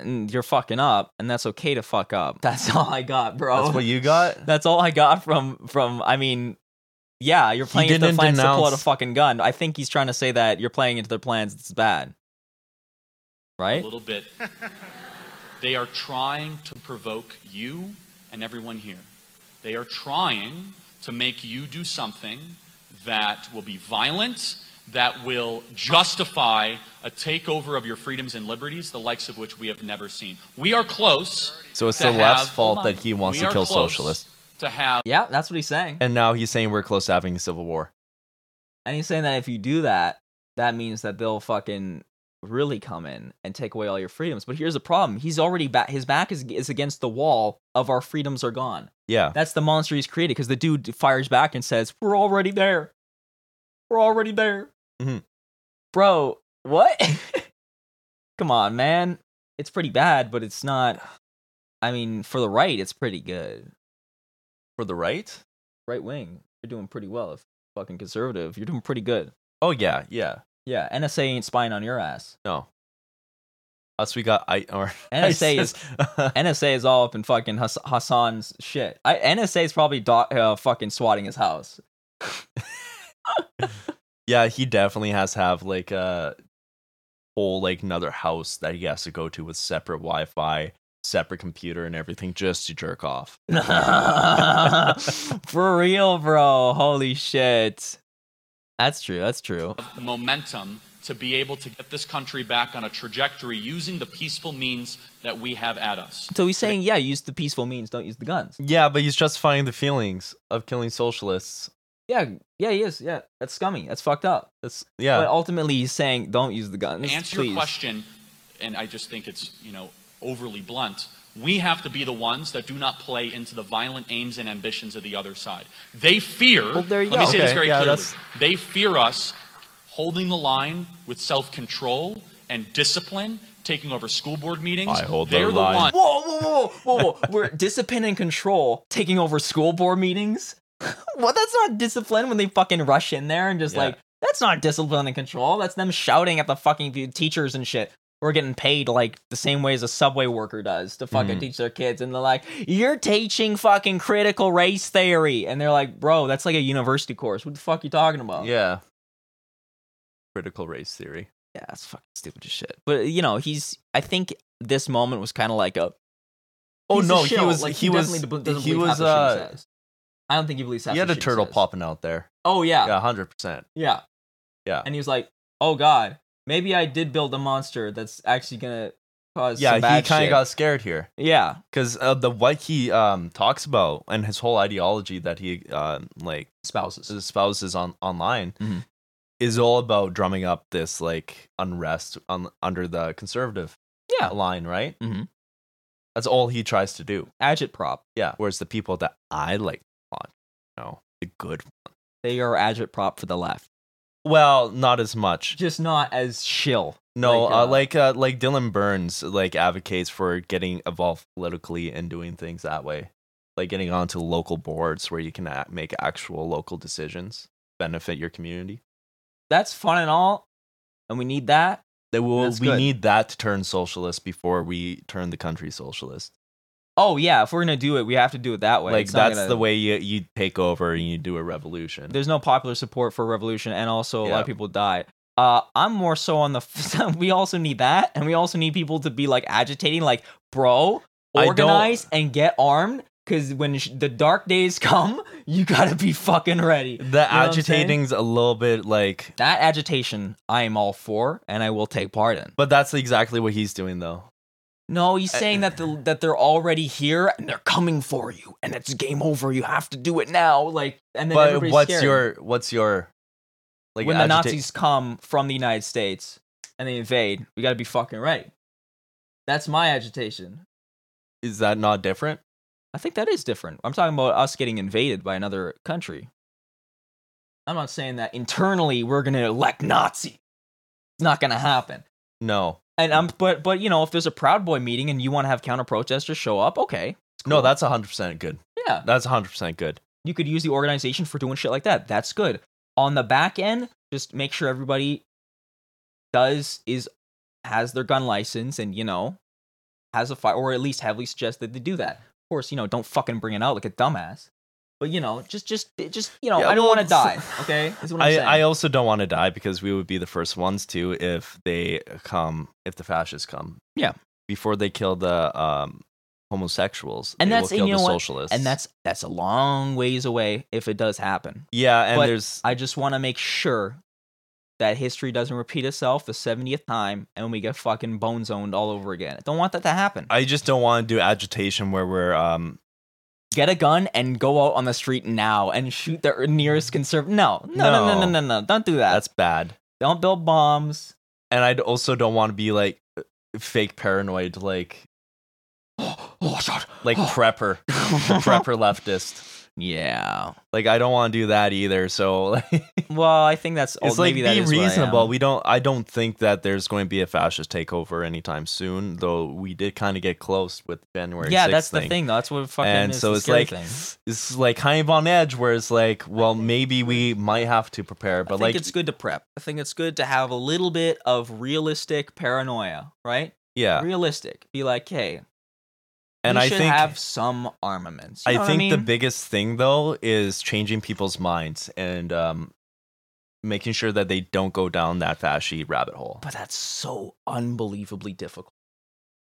Speaker 1: and you're fucking up, and that's okay to fuck up. That's all I got, bro.
Speaker 2: That's what you got.
Speaker 1: That's all I got from from. I mean, yeah, you're
Speaker 2: He
Speaker 1: playing into their
Speaker 2: didn't
Speaker 1: plans to pull out a
Speaker 2: denounce-
Speaker 1: fucking gun. I think he's trying to say that you're playing into their plans. It's bad,
Speaker 4: a
Speaker 1: right?
Speaker 4: little bit. they are trying to provoke you and everyone here. They are trying to make you do something that will be violent, that will justify a takeover of your freedoms and liberties, the likes of which we have never seen. We are close.
Speaker 2: So it's
Speaker 4: to
Speaker 2: the left's
Speaker 4: have-
Speaker 1: Oh
Speaker 2: fault
Speaker 4: hold on.
Speaker 2: that he wants
Speaker 4: We
Speaker 2: to
Speaker 4: are
Speaker 2: kill
Speaker 4: close
Speaker 2: socialists.
Speaker 4: To have
Speaker 1: Yeah, that's what he's saying.
Speaker 2: And now he's saying we're close to having a civil war.
Speaker 1: And he's saying that if you do that, that means that they'll fucking really come in and take away all your freedoms. But here's the problem: he's already back. His back is is against the wall of our freedoms are gone.
Speaker 2: Yeah.
Speaker 1: That's the monster he's created because the dude fires back and says, "We're already there. We're already there,
Speaker 2: Mhm.
Speaker 1: bro." What? Come on, man. It's pretty bad, but it's not. I mean, for the right, it's pretty good.
Speaker 2: For the right?
Speaker 1: Right wing, you're doing pretty well. If you're fucking conservative, you're doing pretty good.
Speaker 2: Oh yeah, yeah.
Speaker 1: Yeah, NSA ain't spying on your ass.
Speaker 2: No. Us we got I or
Speaker 1: NSA is-
Speaker 2: ISIS.
Speaker 1: NSA is all up in fucking Hass- Hassan's shit. I, NSA is probably do- uh, fucking swatting his house.
Speaker 2: Yeah, he definitely has to have like a whole like another house that he has to go to with separate Wi-Fi, separate computer, and everything just to jerk off.
Speaker 1: For real, bro. Holy shit. That's true. That's true.
Speaker 4: the momentum to be able to get this country back on a trajectory using the peaceful means that we have at us.
Speaker 1: So he's saying, yeah, use the peaceful means, don't use the guns.
Speaker 2: Yeah, but he's justifying the feelings of killing socialists.
Speaker 1: Yeah, yeah, he is. Yeah, that's scummy. That's fucked up.
Speaker 2: That's yeah.
Speaker 1: But ultimately, he's saying, don't use the guns.
Speaker 4: To answer
Speaker 1: please.
Speaker 4: your question, and I just think it's, you know, overly blunt. We have to be the ones that do not play into the violent aims and ambitions of the other side. They fear.
Speaker 1: Well, there you
Speaker 4: let
Speaker 1: go.
Speaker 4: me say this
Speaker 2: Okay,
Speaker 4: very
Speaker 2: yeah,
Speaker 4: clearly.
Speaker 2: that's-
Speaker 4: They fear us holding the line with self-control and discipline, taking over school board meetings.
Speaker 2: I hold the
Speaker 4: They're
Speaker 2: line.
Speaker 4: ones
Speaker 1: Whoa, whoa, whoa, whoa, whoa. We're discipline and control taking over school board meetings. well, that's not discipline when they fucking rush in there and just
Speaker 2: Yeah.
Speaker 1: like, that's not discipline and control. That's them shouting at the fucking v- teachers and shit. We're getting paid like the same way as a subway worker does to fucking teach their kids. And they're like, you're teaching fucking critical race theory. And they're like, bro, that's like a university course. What the fuck you talking about?
Speaker 2: yeah. Critical race theory.
Speaker 1: yeah, that's fucking stupid as shit. But you know, he's. I think this moment was kind of like a.
Speaker 2: Oh,
Speaker 1: piece of
Speaker 2: no, he
Speaker 1: shit.
Speaker 2: was-
Speaker 1: Like,
Speaker 2: he was-
Speaker 1: definitely b- doesn't
Speaker 2: he
Speaker 1: believe half
Speaker 2: was,
Speaker 1: the shit
Speaker 2: uh,
Speaker 1: says. I don't think he believes. half
Speaker 2: he
Speaker 1: the
Speaker 2: had a
Speaker 1: shit he
Speaker 2: turtle
Speaker 1: says.
Speaker 2: popping out there.
Speaker 1: Oh yeah, yeah,
Speaker 2: Yeah, hundred percent.
Speaker 1: yeah,
Speaker 2: Yeah.
Speaker 1: And he was like, "Oh God, maybe I did build a monster that's actually gonna cause."
Speaker 2: Yeah,
Speaker 1: some bad
Speaker 2: he kind
Speaker 1: shit."
Speaker 2: of got scared here.
Speaker 1: Yeah,
Speaker 2: because uh, the what he um talks about and his whole ideology that he um like
Speaker 1: spouses.
Speaker 2: espouses on online
Speaker 1: Mhm.
Speaker 2: is all about drumming up this like unrest on under the conservative
Speaker 1: Yeah.
Speaker 2: line, right?
Speaker 1: Mhm.
Speaker 2: That's all he tries to do.
Speaker 1: Agitprop.
Speaker 2: Yeah. Whereas the people that I like want, you know, the good.
Speaker 1: They are agitprop for the left,
Speaker 2: Well, not as much.
Speaker 1: just not as chill.
Speaker 2: No,
Speaker 1: Like,
Speaker 2: like
Speaker 1: uh,
Speaker 2: uh, like, uh, like Dylan Burns like advocates for getting involved politically and doing things that way, like getting onto local boards where you can act, make actual local decisions benefit your community.
Speaker 1: That's fun and all, and we need that.
Speaker 2: That will
Speaker 1: That's
Speaker 2: we
Speaker 1: good.
Speaker 2: need that to turn socialist before we turn the country socialist.
Speaker 1: Oh yeah, if we're gonna do it, we have to do it that way.
Speaker 2: like
Speaker 1: It's not
Speaker 2: that's
Speaker 1: gonna-
Speaker 2: the way you you take over and you do a revolution.
Speaker 1: there's no popular support for revolution and also a lot
Speaker 2: Yeah.
Speaker 1: of people die uh, i'm more so on the we also need that and we also need people to be like agitating like bro
Speaker 2: I don't-
Speaker 1: organize and get armed because when sh- the dark days come you gotta be fucking ready
Speaker 2: The
Speaker 1: You know what I'm saying?
Speaker 2: agitating's a little bit like,
Speaker 1: that agitation i am all for and i will take part in
Speaker 2: but that's exactly what he's doing though.
Speaker 1: no
Speaker 2: Eh,
Speaker 1: he's saying that the, that they're already here and they're coming for you and it's game over you have to do it now like and then
Speaker 2: But
Speaker 1: everybody's
Speaker 2: what's
Speaker 1: scared.
Speaker 2: your what's your like
Speaker 1: when the
Speaker 2: agita-
Speaker 1: Nazis come from the United States and they invade, we got to be fucking ready. That's my agitation.
Speaker 2: is that not different?
Speaker 1: I think that is different. I'm talking about us getting invaded by another country. I'm not saying that internally we're going to elect Nazi. It's not going to happen.
Speaker 2: No,
Speaker 1: And I'm but but you know, if there's a Proud Boy meeting and you want to have counter protesters show up, okay.
Speaker 2: No, that's 100% good.
Speaker 1: Yeah.
Speaker 2: That's 100% good.
Speaker 1: you could use the organization for doing shit like that. That's good. On the back end, just make sure everybody does is has their gun license and you know has a fire or at least heavily suggest that they do that. Of course, you know, don't fucking bring it out like a dumbass. But you know, just just just you know,
Speaker 2: Yeah,
Speaker 1: I don't
Speaker 2: well,
Speaker 1: want to die. Okay, is what I'm
Speaker 2: I,
Speaker 1: saying.
Speaker 2: I also don't want to die because we would be the first ones to if they come, if the fascists come.
Speaker 1: Yeah.
Speaker 2: Before they kill the um, homosexuals.
Speaker 1: And
Speaker 2: they
Speaker 1: that's- and
Speaker 2: will kill
Speaker 1: you
Speaker 2: the
Speaker 1: know what?
Speaker 2: socialists.
Speaker 1: and that's that's a long ways away if it does happen.
Speaker 2: Yeah, and
Speaker 1: but-
Speaker 2: there's.
Speaker 1: I just want to make sure that history doesn't repeat itself the 70th time and we get fucking bone zoned all over again. I don't want that to happen.
Speaker 2: I just don't want to do agitation where we're. Um,
Speaker 1: Get a gun and go out on the street now and shoot the nearest conservative. No, no, no, Mm-hmm. no, no, no,
Speaker 2: No.
Speaker 1: no. Don't do that.
Speaker 2: that's bad.
Speaker 1: don't build bombs.
Speaker 2: And I also don't want to be like fake paranoid, like
Speaker 1: oh, God.
Speaker 2: like prepper, the prepper leftist.
Speaker 1: Yeah.
Speaker 2: Like I don't want to do that either. So like,
Speaker 1: Well, I think that's
Speaker 2: it's
Speaker 1: oh,
Speaker 2: like
Speaker 1: maybe that
Speaker 2: be
Speaker 1: is what I am.
Speaker 2: reasonable. We don't. I don't think that there's going to be a fascist takeover anytime soon. Though we did kind of get close with January.
Speaker 1: yeah,
Speaker 2: 6th
Speaker 1: that's the
Speaker 2: thing.
Speaker 1: thing. though. That's what fucking
Speaker 2: and
Speaker 1: is
Speaker 2: so
Speaker 1: the
Speaker 2: it's
Speaker 1: scary
Speaker 2: like
Speaker 1: thing.
Speaker 2: it's like kind of on edge where it's like well maybe we might have to prepare
Speaker 1: I
Speaker 2: but
Speaker 1: think
Speaker 2: like
Speaker 1: it's good to prep. I think it's good to have a little bit of realistic paranoia, right?
Speaker 2: yeah
Speaker 1: Realistic. Be like, hey,
Speaker 2: and
Speaker 1: we
Speaker 2: i
Speaker 1: should
Speaker 2: think
Speaker 1: have some armaments. You know
Speaker 2: i
Speaker 1: what
Speaker 2: think the
Speaker 1: mean?
Speaker 2: biggest thing though is changing people's minds and um making sure that they don't go down that fashy rabbit hole
Speaker 1: but that's so unbelievably difficult.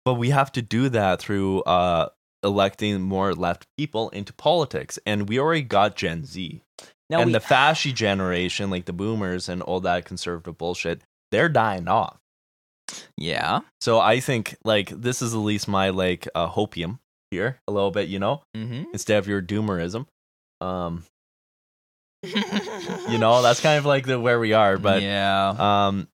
Speaker 2: but we have to do that through uh electing more left people into politics and we already got gen z
Speaker 1: Now
Speaker 2: and
Speaker 1: we,
Speaker 2: the fashy generation like the boomers and all that conservative bullshit they're dying off
Speaker 1: yeah,
Speaker 2: So I think like this is at least my like uh, hopium here a little bit, you know,
Speaker 1: mm-hmm.
Speaker 2: instead of your doomerism. Um, you know, that's kind of like the where we are, but
Speaker 1: yeah,
Speaker 2: um,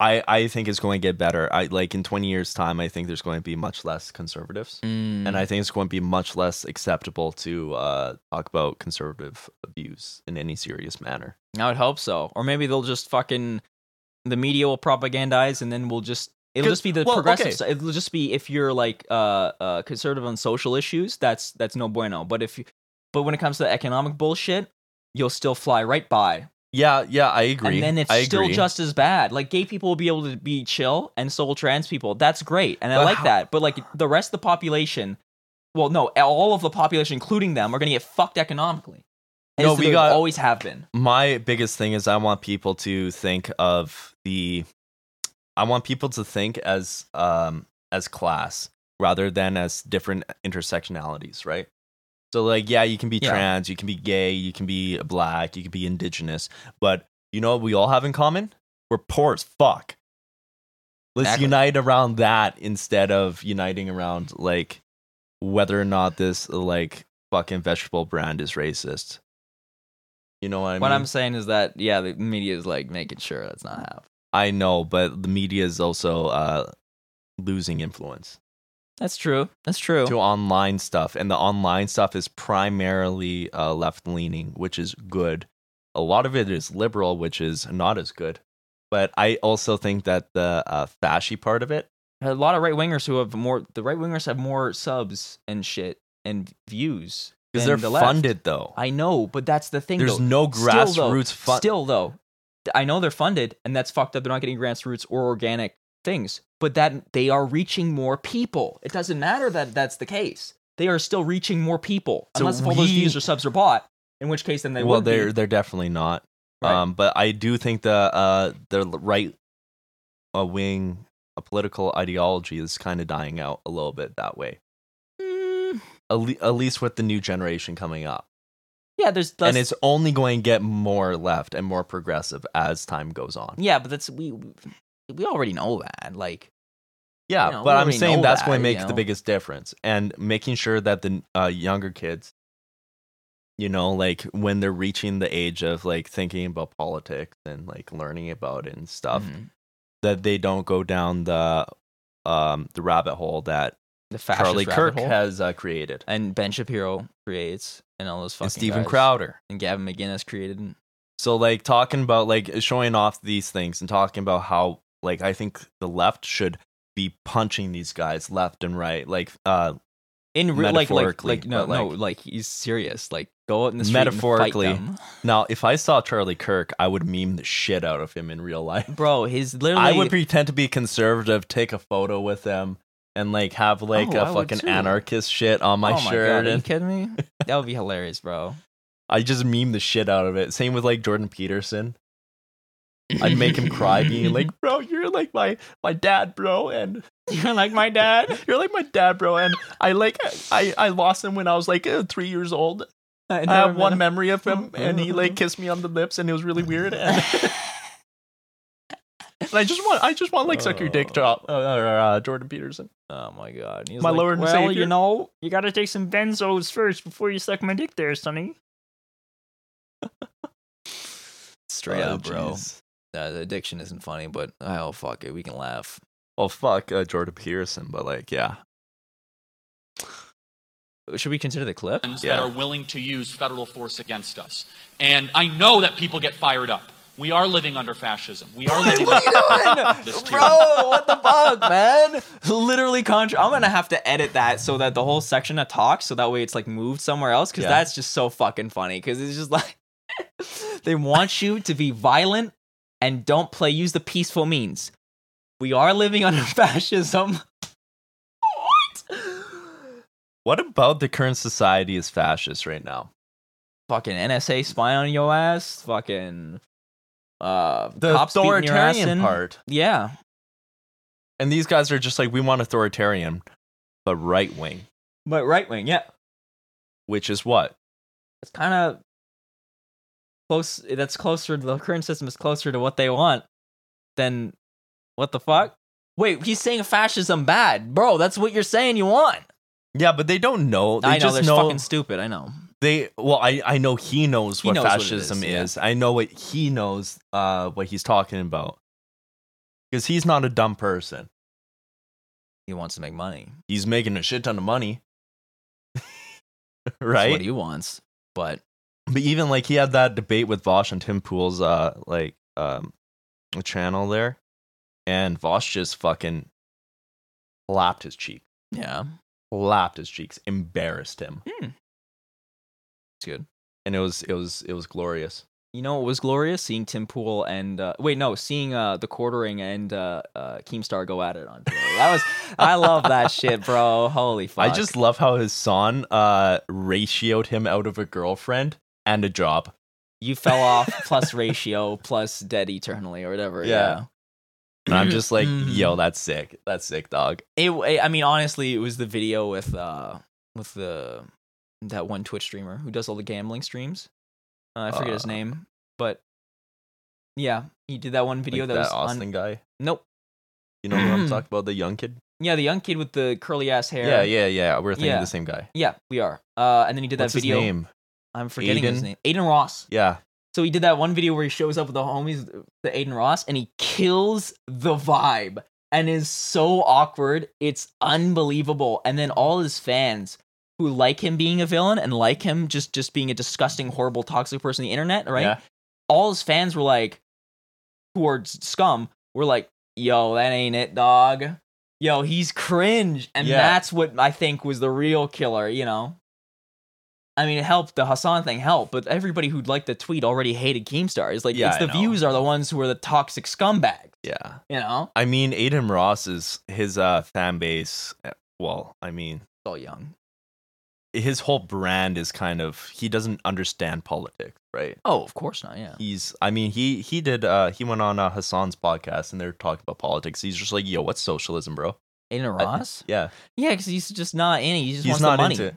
Speaker 2: I I think it's going to get better. I like in 20 years time, I think there's going to be much less conservatives.
Speaker 1: Mm.
Speaker 2: And I think it's going to be much less acceptable to uh, talk about conservative views in any serious manner.
Speaker 1: I would hope so. Or maybe they'll just fucking the media will propagandize, and then we'll just it'll
Speaker 2: 'Cause-
Speaker 1: just be the
Speaker 2: well,
Speaker 1: progressive.
Speaker 2: okay.
Speaker 1: side. It'll just be if you're like uh, uh conservative on social issues, that's that's no bueno. But if you, but when it comes to the economic bullshit, you'll still fly right by,
Speaker 2: Yeah, yeah, I agree.
Speaker 1: and then it's
Speaker 2: I
Speaker 1: still
Speaker 2: agree.
Speaker 1: just as bad. Like gay people will be able to be chill, and so will trans people. That's great, and I
Speaker 2: But
Speaker 1: like
Speaker 2: how-
Speaker 1: that. But like the rest of the population, well, no, all of the population, including them, are gonna get fucked economically. And
Speaker 2: No,
Speaker 1: it's the
Speaker 2: we
Speaker 1: way they
Speaker 2: got-
Speaker 1: always have been.
Speaker 2: my biggest thing is I want people to think of the I want people to think as um as class rather than as different intersectionalities, right? So like yeah, you can be
Speaker 1: Yeah.
Speaker 2: trans, you can be gay, you can be black, you can be indigenous, but you know what we all have in common? We're poor as fuck. Let's
Speaker 1: Exactly.
Speaker 2: unite around that instead of uniting around like whether or not this like fucking vegetable brand is racist. You know what I mean?
Speaker 1: what I'm saying is that yeah, the media is like making sure that's not happening.
Speaker 2: I know, but the media is also uh, losing influence
Speaker 1: That's true. That's true.
Speaker 2: to online stuff, and the online stuff is primarily uh, left leaning, which is good. A lot of it is liberal, which is not as good. But I also think that the uh, fashy part of it,
Speaker 1: A lot of right wingers who have more. The right wingers have more subs and shit and views
Speaker 2: because
Speaker 1: than
Speaker 2: they're
Speaker 1: the left.
Speaker 2: funded though.
Speaker 1: I know, but that's the thing.
Speaker 2: There's
Speaker 1: though.
Speaker 2: no
Speaker 1: Still, though,
Speaker 2: grassroots fun.
Speaker 1: Still though, th- I know they're funded, and that's fucked up. They're not getting grassroots or organic things, but that they are reaching more people. It doesn't matter that that's the case. They are still reaching more people,
Speaker 2: So
Speaker 1: unless if all those
Speaker 2: we-
Speaker 1: views or subs are bought. In which case, then they
Speaker 2: well,
Speaker 1: would be.
Speaker 2: they're they're definitely not.
Speaker 1: Right.
Speaker 2: Um, but I do think the uh, the right uh, wing uh, political ideology is kind of dying out a little bit that way.
Speaker 1: Mm,
Speaker 2: At, le- at least with the new generation coming up,
Speaker 1: yeah. There's less
Speaker 2: and it's only going to get more left and more progressive as time goes on.
Speaker 1: Yeah, but that's we we already know that. Like,
Speaker 2: Yeah,
Speaker 1: you know, we
Speaker 2: but I'm
Speaker 1: already
Speaker 2: saying
Speaker 1: know
Speaker 2: that's
Speaker 1: that,
Speaker 2: going
Speaker 1: you
Speaker 2: to make the
Speaker 1: know.
Speaker 2: biggest difference, and making sure that the uh, younger kids, you know, like when they're reaching the age of like thinking about politics and like learning about it and stuff, that they don't go down the um the rabbit hole that
Speaker 1: the fascist
Speaker 2: Charlie Kirk
Speaker 1: rabbit hole.
Speaker 2: has uh, created
Speaker 1: and Ben Shapiro creates and all those fucking
Speaker 2: and Stephen
Speaker 1: guys.
Speaker 2: Crowder.
Speaker 1: and Gavin McGinnis created. and-
Speaker 2: So like talking about like showing off these things and talking about how like I think the left should be punching these guys left and right like uh
Speaker 1: In real, like, like,
Speaker 2: Metaphorically,
Speaker 1: like, no,
Speaker 2: but,
Speaker 1: no,
Speaker 2: like-
Speaker 1: like he's serious. Like, go out in the street
Speaker 2: Metaphorically.
Speaker 1: and fight
Speaker 2: now if I saw Charlie Kirk I would meme the shit out of him in real life.
Speaker 1: them. bro. His literally,
Speaker 2: I would pretend to be conservative, take a photo with him and like have like
Speaker 1: Oh, I
Speaker 2: a
Speaker 1: would
Speaker 2: fucking
Speaker 1: too.
Speaker 2: anarchist shit on my
Speaker 1: oh my
Speaker 2: shirt
Speaker 1: God, are you
Speaker 2: and
Speaker 1: kidding me? That would be hilarious, bro.
Speaker 2: I just meme the shit out of it. Same with like Jordan Peterson. I'd make him cry being like, bro, you're like my my dad, bro, and
Speaker 1: "You're like my dad,"
Speaker 2: you're like my dad, bro, and I like I I lost him when I was like uh, three years old. I have one memory of him, and he like kissed me on the lips, and it was really weird. And, and I just want I just want like suck your dick, drop, uh, uh, Jordan Peterson.
Speaker 1: Oh my god,
Speaker 2: My Lord and
Speaker 1: Well,
Speaker 2: Savior."
Speaker 1: you know,
Speaker 5: You gotta take some benzos first before you suck my dick there, sonny.
Speaker 1: straight
Speaker 2: Oh,
Speaker 1: up, bro.
Speaker 2: jeez.
Speaker 1: Uh, the addiction isn't funny, but oh fuck it, we can laugh.
Speaker 2: Well, fuck uh, Jordan Peterson, but like, yeah,
Speaker 1: Should we consider the clip?
Speaker 4: ones
Speaker 2: Yeah.
Speaker 4: that are willing to use federal force against us. And I know that people get fired up. We are living under fascism. We are living under this
Speaker 1: Bro,
Speaker 4: tyranny.
Speaker 1: what the fuck, man? Literally contra. I'm gonna have to edit that so that the whole section that talks, so that way it's like moved somewhere else. Because
Speaker 2: Yeah.
Speaker 1: that's just so fucking funny. Because it's just like they want you to be violent and don't play. Use the peaceful means. We are living under fascism. what?
Speaker 2: What about the current society is fascist right now?
Speaker 1: Fucking NSA spy on your ass. Fucking uh,
Speaker 2: The
Speaker 1: cops beating your ass
Speaker 2: authoritarian
Speaker 1: in.
Speaker 2: part.
Speaker 1: Yeah,
Speaker 2: And these guys are just like, we want authoritarian, but right wing,
Speaker 1: but right wing. Yeah.
Speaker 2: which is what?
Speaker 1: it's kind of close eh, that's closer the current system is closer to what they want than what the fuck wait he's saying fascism bad bro that's what you're saying you want
Speaker 2: Yeah, but they don't know. They
Speaker 1: i know
Speaker 2: just
Speaker 1: they're
Speaker 2: know
Speaker 1: fucking stupid i know
Speaker 2: they well I, I know he knows
Speaker 1: He
Speaker 2: what
Speaker 1: knows what it
Speaker 2: fascism
Speaker 1: is, yeah.
Speaker 2: is, i know what he knows uh what he's talking about because he's not a dumb person
Speaker 1: he wants to make money
Speaker 2: he's making a shit ton of money
Speaker 1: That's
Speaker 2: right
Speaker 1: what he wants but
Speaker 2: but even like he had that debate with vosh and tim pool's uh like um channel there and vosh just fucking lapped his cheek
Speaker 1: yeah
Speaker 2: lapped his cheeks embarrassed him
Speaker 1: Hmm. it's good
Speaker 2: and it was it was it was glorious
Speaker 1: you know it was glorious seeing tim pool and uh, wait no seeing uh, the quartering and uh, uh, keemstar go at it on tour. that was i love that shit bro holy fuck
Speaker 2: I just love how his son uh ratioed him out of a girlfriend and a job.
Speaker 1: you fell off plus ratio plus dead eternally or whatever.
Speaker 2: Yeah.
Speaker 1: Yeah.
Speaker 2: And I'm just like,
Speaker 1: Mhm.
Speaker 2: yo, that's sick. That's sick, dog.
Speaker 1: It, I- I mean, honestly, it was the video with uh with the that one Twitch streamer who does all the gambling streams. Uh, I forget his
Speaker 2: Uh,
Speaker 1: name, but yeah, he did that one video
Speaker 2: Like
Speaker 1: that,
Speaker 2: that
Speaker 1: was
Speaker 2: Austin
Speaker 1: on.
Speaker 2: guy.
Speaker 1: Nope.
Speaker 2: You know what I'm talking about? The young kid?
Speaker 1: Yeah, the young kid with the curly ass hair.
Speaker 2: Yeah, yeah, yeah. We're thinking
Speaker 1: Yeah.
Speaker 2: the same guy.
Speaker 1: Yeah, we are. Uh, and then he did
Speaker 2: What's
Speaker 1: that video.
Speaker 2: his name?
Speaker 1: I'm forgetting his
Speaker 2: Aiden?
Speaker 1: name. Aiden Ross.
Speaker 2: Yeah.
Speaker 1: So he did that one video where he shows up with the homies, the Aiden Ross, and he kills the vibe and is so awkward. It's unbelievable. And then all his fans who like him being a villain and like him just just being a disgusting, horrible, toxic person on the internet, right?
Speaker 2: Yeah.
Speaker 1: All his fans were like, who are scum, were like, yo, that ain't it, dog. Yo, he's cringe. And
Speaker 2: Yeah.
Speaker 1: that's what I think was the real killer, you know? I mean, it helped. The Hassan thing helped, but everybody who'd liked the tweet already hated Keemstar. It's like
Speaker 2: Yeah,
Speaker 1: it's
Speaker 2: I
Speaker 1: the
Speaker 2: know.
Speaker 1: views are the ones who are the toxic scumbags.
Speaker 2: Yeah.
Speaker 1: You know,
Speaker 2: I mean Adam Ross is his uh fan base uh, well, I mean
Speaker 1: it's all young.
Speaker 2: his whole brand is kind of he doesn't understand politics, right?
Speaker 1: Oh, of course not. Yeah,
Speaker 2: he's i mean he he did uh he went on uh, hassan's podcast and they're talking about politics he's just like yo what's socialism bro
Speaker 1: Aiden
Speaker 2: I-
Speaker 1: Ross.
Speaker 2: yeah
Speaker 1: yeah, because he's just not in it. He just
Speaker 2: he's
Speaker 1: wants
Speaker 2: not
Speaker 1: the money.
Speaker 2: into it.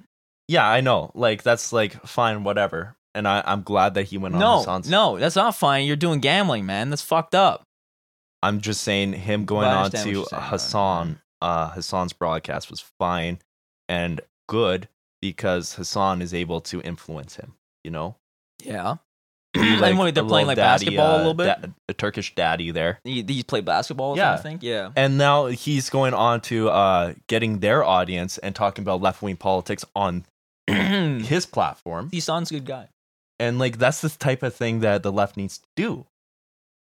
Speaker 2: yeah i know like that's like fine whatever and i i'm glad that he went on
Speaker 1: No,
Speaker 2: hassan's
Speaker 1: no, that's not fine. You're doing gambling, man. That's fucked up.
Speaker 2: i'm just saying him going
Speaker 1: I
Speaker 2: on
Speaker 1: understand what
Speaker 2: to
Speaker 1: you're saying,
Speaker 2: hassan uh hassan's broadcast was fine and good because hassan is able to influence him you know
Speaker 1: Yeah.
Speaker 2: Be
Speaker 1: and wait, they're
Speaker 2: a
Speaker 1: playing
Speaker 2: little
Speaker 1: like
Speaker 2: daddy,
Speaker 1: basketball a
Speaker 2: uh,
Speaker 1: little bit.
Speaker 2: da- a turkish daddy there
Speaker 1: He, he played basketball.
Speaker 2: Yeah.
Speaker 1: Yeah, I think. Yeah.
Speaker 2: and now he's going on to uh, getting their audience and talking about left wing politics on
Speaker 1: he
Speaker 2: his platform.
Speaker 1: sounds a good guy.
Speaker 2: And like that's the type of thing that the left needs to do.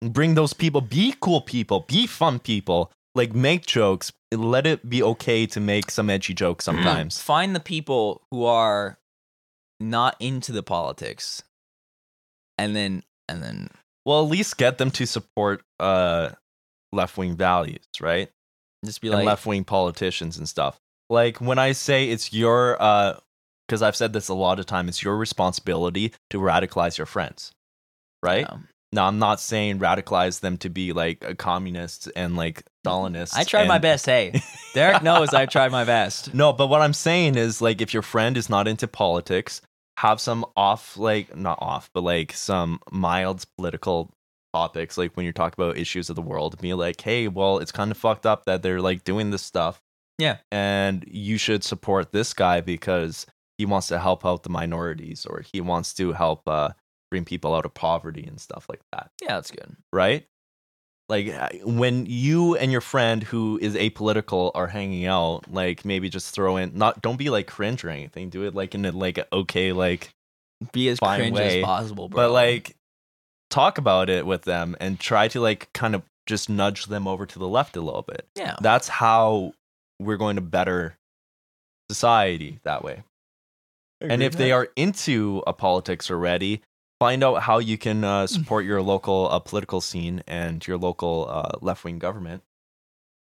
Speaker 2: Bring those people, be cool people, be fun people. Like make jokes. Let it be okay to make some edgy jokes
Speaker 1: Hmm.
Speaker 2: sometimes.
Speaker 1: Mm. find the people who are not into the politics and then and then
Speaker 2: well, at least get them to support uh, left wing values, right?
Speaker 1: just be
Speaker 2: and
Speaker 1: like
Speaker 2: left wing politicians and stuff. Like when I say it's your, because I've said this a lot of time, it's your responsibility to radicalize your friends, right?
Speaker 1: um,
Speaker 2: Now I'm not saying radicalize them to be like a communist and like Stalinist.
Speaker 1: i tried my
Speaker 2: and-
Speaker 1: best hey derek knows i tried my best
Speaker 2: No, but what I'm saying is like if your friend is not into politics, have some off, like not off, but like some mild political topics. Like when you talk about issues of the world, be like, hey, well, it's kind of fucked up that they're like doing this stuff.
Speaker 1: Yeah.
Speaker 2: And you should support this guy because he wants to help out the minorities or he wants to help uh, bring people out of poverty and stuff like that.
Speaker 1: yeah that's good
Speaker 2: Right. like I- when you and your friend who is apolitical are hanging out like maybe just throw in not don't be like cringe or anything do it like in a like a okay like
Speaker 1: Be as
Speaker 2: Fine
Speaker 1: cringe
Speaker 2: way,
Speaker 1: as possible, bro.
Speaker 2: but like talk about it with them and try to like kind of just nudge them over to the left a little bit
Speaker 1: yeah,
Speaker 2: that's how we're going to better society that way and if they are into uh, politics already, find out how you can
Speaker 1: Mm.
Speaker 2: uh, support your local uh, political scene and your local uh, left wing government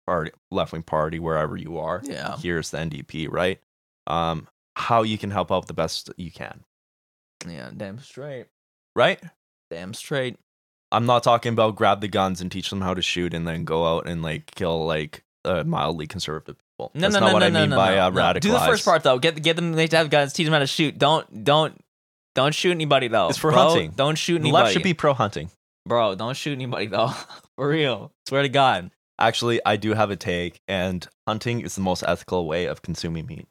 Speaker 2: party, left wing party, wherever you are.
Speaker 1: yeah,
Speaker 2: Here's the NDP, right? Um, how you can help out the best you can,
Speaker 1: yeah, damn straight,
Speaker 2: right?
Speaker 1: damn straight.
Speaker 2: I'm not talking about grab the guns and teach them how to shoot and then go out and like kill like uh, mildly conservative people.
Speaker 1: No,
Speaker 2: That's
Speaker 1: no,
Speaker 2: not
Speaker 1: no,
Speaker 2: what
Speaker 1: no,
Speaker 2: I
Speaker 1: no,
Speaker 2: mean
Speaker 1: no,
Speaker 2: by
Speaker 1: no,
Speaker 2: uh,
Speaker 1: no. Do the first
Speaker 2: radicalized.
Speaker 1: part though. Get get them. They have guns. Teach them how to shoot. Don't don't don't shoot anybody though.
Speaker 2: It's for
Speaker 1: bro.
Speaker 2: hunting.
Speaker 1: Don't shoot
Speaker 2: The
Speaker 1: anybody.
Speaker 2: left should be pro hunting.
Speaker 1: bro. Don't shoot anybody though. for real. Swear to God.
Speaker 2: Actually, I do have a take, and hunting is the most ethical way of consuming meat.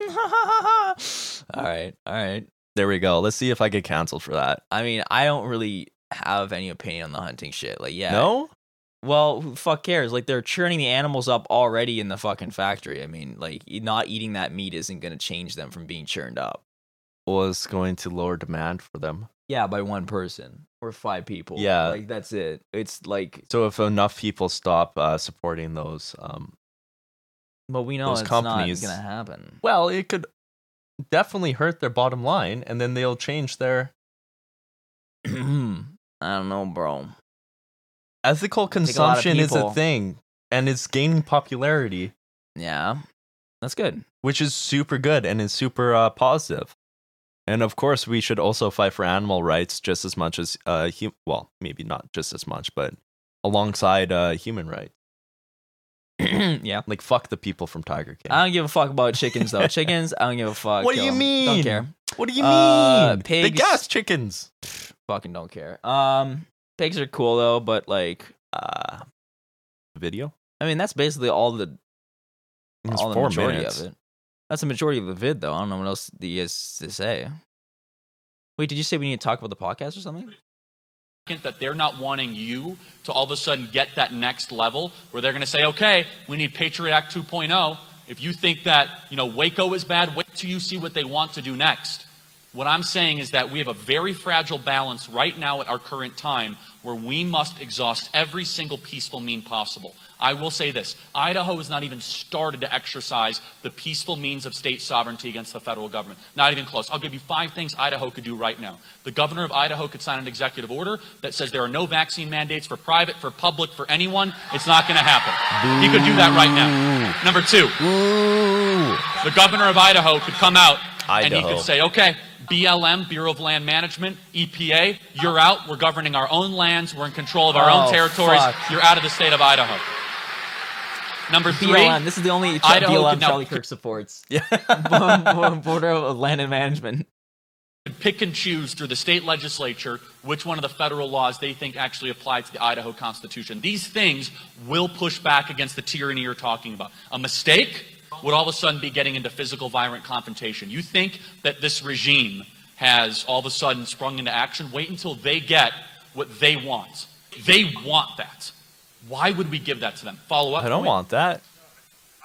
Speaker 1: all right, all right.
Speaker 2: There we go. Let's see if I get canceled for that.
Speaker 1: I mean, I don't really have any opinion on the hunting shit. Like, yeah,
Speaker 2: No?
Speaker 1: Well, who the fuck cares? Like they're churning the animals up already in the fucking factory. I mean, like e- not eating that meat isn't going to change them from being churned up.
Speaker 2: Was going to lower demand for them.
Speaker 1: Yeah, by one person or five people.
Speaker 2: Yeah.
Speaker 1: like that's it. It's like,
Speaker 2: So if enough people stop uh, supporting those, um,
Speaker 1: but we know
Speaker 2: Those
Speaker 1: it's
Speaker 2: companies-
Speaker 1: not going to happen.
Speaker 2: well, it could definitely hurt their bottom line, and then they'll change their
Speaker 1: I don't know, bro.
Speaker 2: ethical
Speaker 1: think a lot of
Speaker 2: consumption is a
Speaker 1: people-
Speaker 2: thing, and it's gaining popularity,
Speaker 1: Yeah, that's good.
Speaker 2: which is super good and is super uh, positive. And of course, we should also fight for animal rights just as much as uh, hum- well, maybe not just as much, but alongside uh, human rights.
Speaker 1: yeah,
Speaker 2: Like fuck the people from Tiger King.
Speaker 1: I don't give a fuck about chickens though. chickens, I don't give a fuck.
Speaker 2: What do
Speaker 1: Kill
Speaker 2: you
Speaker 1: 'em.
Speaker 2: mean?
Speaker 1: Don't care.
Speaker 2: What do you mean?
Speaker 1: Uh,
Speaker 2: The
Speaker 1: pigs-
Speaker 2: gas chickens.
Speaker 1: Fucking don't care. Um, pigs are cool though, but like,
Speaker 2: Uh, video.
Speaker 1: I mean, that's basically all the
Speaker 2: It's
Speaker 1: all the
Speaker 2: four
Speaker 1: majority
Speaker 2: minutes.
Speaker 1: of it. That's the majority of the vid, though. I don't know what else the is to say. Wait, did you say we need to talk about the podcast or something?
Speaker 4: second that they're not wanting you to all of a sudden get that next level where they're going to say, okay, we need Patriot Act 2.0. If you think that, you know, Waco is bad, wait till you see what they want to do next. What I'm saying is that we have a very fragile balance right now at our current time where we must exhaust every single peaceful mean possible. I will say this Idaho has not even started to exercise the peaceful means of state sovereignty against the federal government. Not even close. I'll give you five things Idaho could do right now. The governor of Idaho could sign an executive order that says there are no vaccine mandates for private, for public, for anyone. It's not going to happen. He could do that right now. Number two, the governor of Idaho could come out and he
Speaker 2: Idaho.
Speaker 4: could say, okay, BLM, Bureau of Land Management, EPA, you're out. We're governing our own lands. We're in control of our
Speaker 1: Oh,
Speaker 4: own territories.
Speaker 1: fuck.
Speaker 4: You're out of the state of Idaho. Number three,
Speaker 1: BLM. This is the only tra-
Speaker 4: Idaho
Speaker 1: BLM
Speaker 4: could now-
Speaker 1: Charlie Kirk supports. Yeah. Border of Land and Management.
Speaker 4: pick and choose through the state legislature which one of the federal laws they think actually apply to the Idaho Constitution. These things will push back against the tyranny you're talking about. A mistake would all of a sudden be getting into physical, violent confrontation. You think that this regime has all of a sudden sprung into action? Wait until they get what they want. They want that. Why would we give that to them? Follow up.
Speaker 2: I don't
Speaker 4: point.
Speaker 2: want that.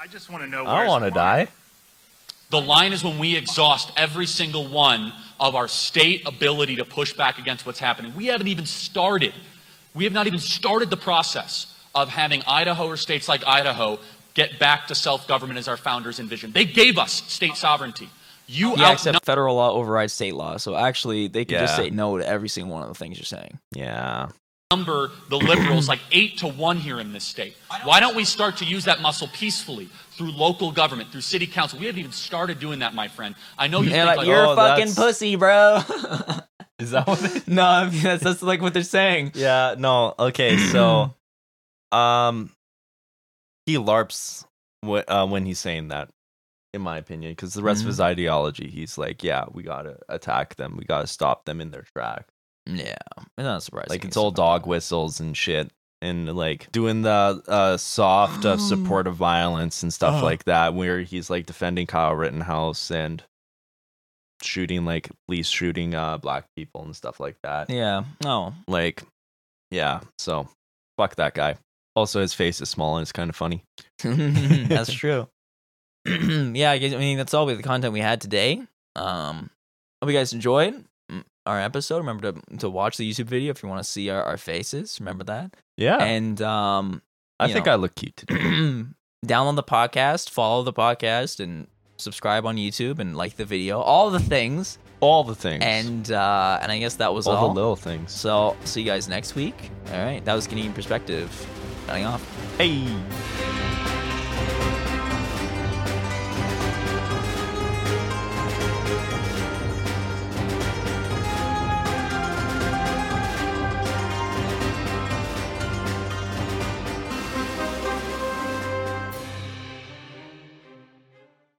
Speaker 3: I just want to know.
Speaker 2: I don't
Speaker 3: where's
Speaker 2: want to
Speaker 3: the line.
Speaker 2: die.
Speaker 4: The line is when we exhaust every single one of our state ability to push back against what's happening. We haven't even started. We have not even started the process of having Idaho or states like Idaho get back to self government as our founders envisioned. They gave us state sovereignty. You
Speaker 1: Yeah,
Speaker 4: outnumber
Speaker 1: except federal law overrides state law. So actually, they can just
Speaker 2: Yeah.
Speaker 1: say no to every single one of the things you're saying.
Speaker 2: Yeah.
Speaker 4: the liberals like eight to one here in this state. Why don't we start to use that muscle peacefully through local government, through city council? We haven't even started doing that, my friend. I know you
Speaker 1: They're
Speaker 4: think
Speaker 1: like,
Speaker 4: like,
Speaker 1: you're
Speaker 2: oh,
Speaker 1: a fucking
Speaker 2: that's-
Speaker 1: pussy, bro.
Speaker 2: Is that what? They-
Speaker 1: no, I mean, that's, that's like what they're saying.
Speaker 2: yeah. No. Okay. So, um, he larps wh- uh, when he's saying that, in my opinion, because the rest of his ideology, he's like, yeah, we gotta attack them. We gotta stop them in their track.
Speaker 1: Yeah, it's not surprising.
Speaker 2: like it's all dog whistles and shit and like doing the uh soft uh, support of violence and stuff
Speaker 1: Oh.
Speaker 2: like that where he's like defending kyle rittenhouse and shooting like police shooting uh black people and stuff like that
Speaker 1: Yeah. No.
Speaker 2: like Yeah. So fuck that guy. Also, his face is small and it's kind of funny.
Speaker 1: that's true. yeah, I, guess, I mean that's all with the content we had today. Um, hope you guys enjoyed mm, our episode. Remember to to watch the YouTube video if you want to see our, our faces. Remember that.
Speaker 2: Yeah.
Speaker 1: And um,
Speaker 2: I
Speaker 1: you
Speaker 2: think
Speaker 1: know.
Speaker 2: I look cute today.
Speaker 1: download the podcast, follow the podcast, and subscribe on YouTube and like the video. All the things.
Speaker 2: All the things.
Speaker 1: And uh, and I guess that was
Speaker 2: all,
Speaker 1: all.
Speaker 2: the little things.
Speaker 1: so see you guys next week. All right, that was Canadian Perspective. Signing off.
Speaker 2: hey.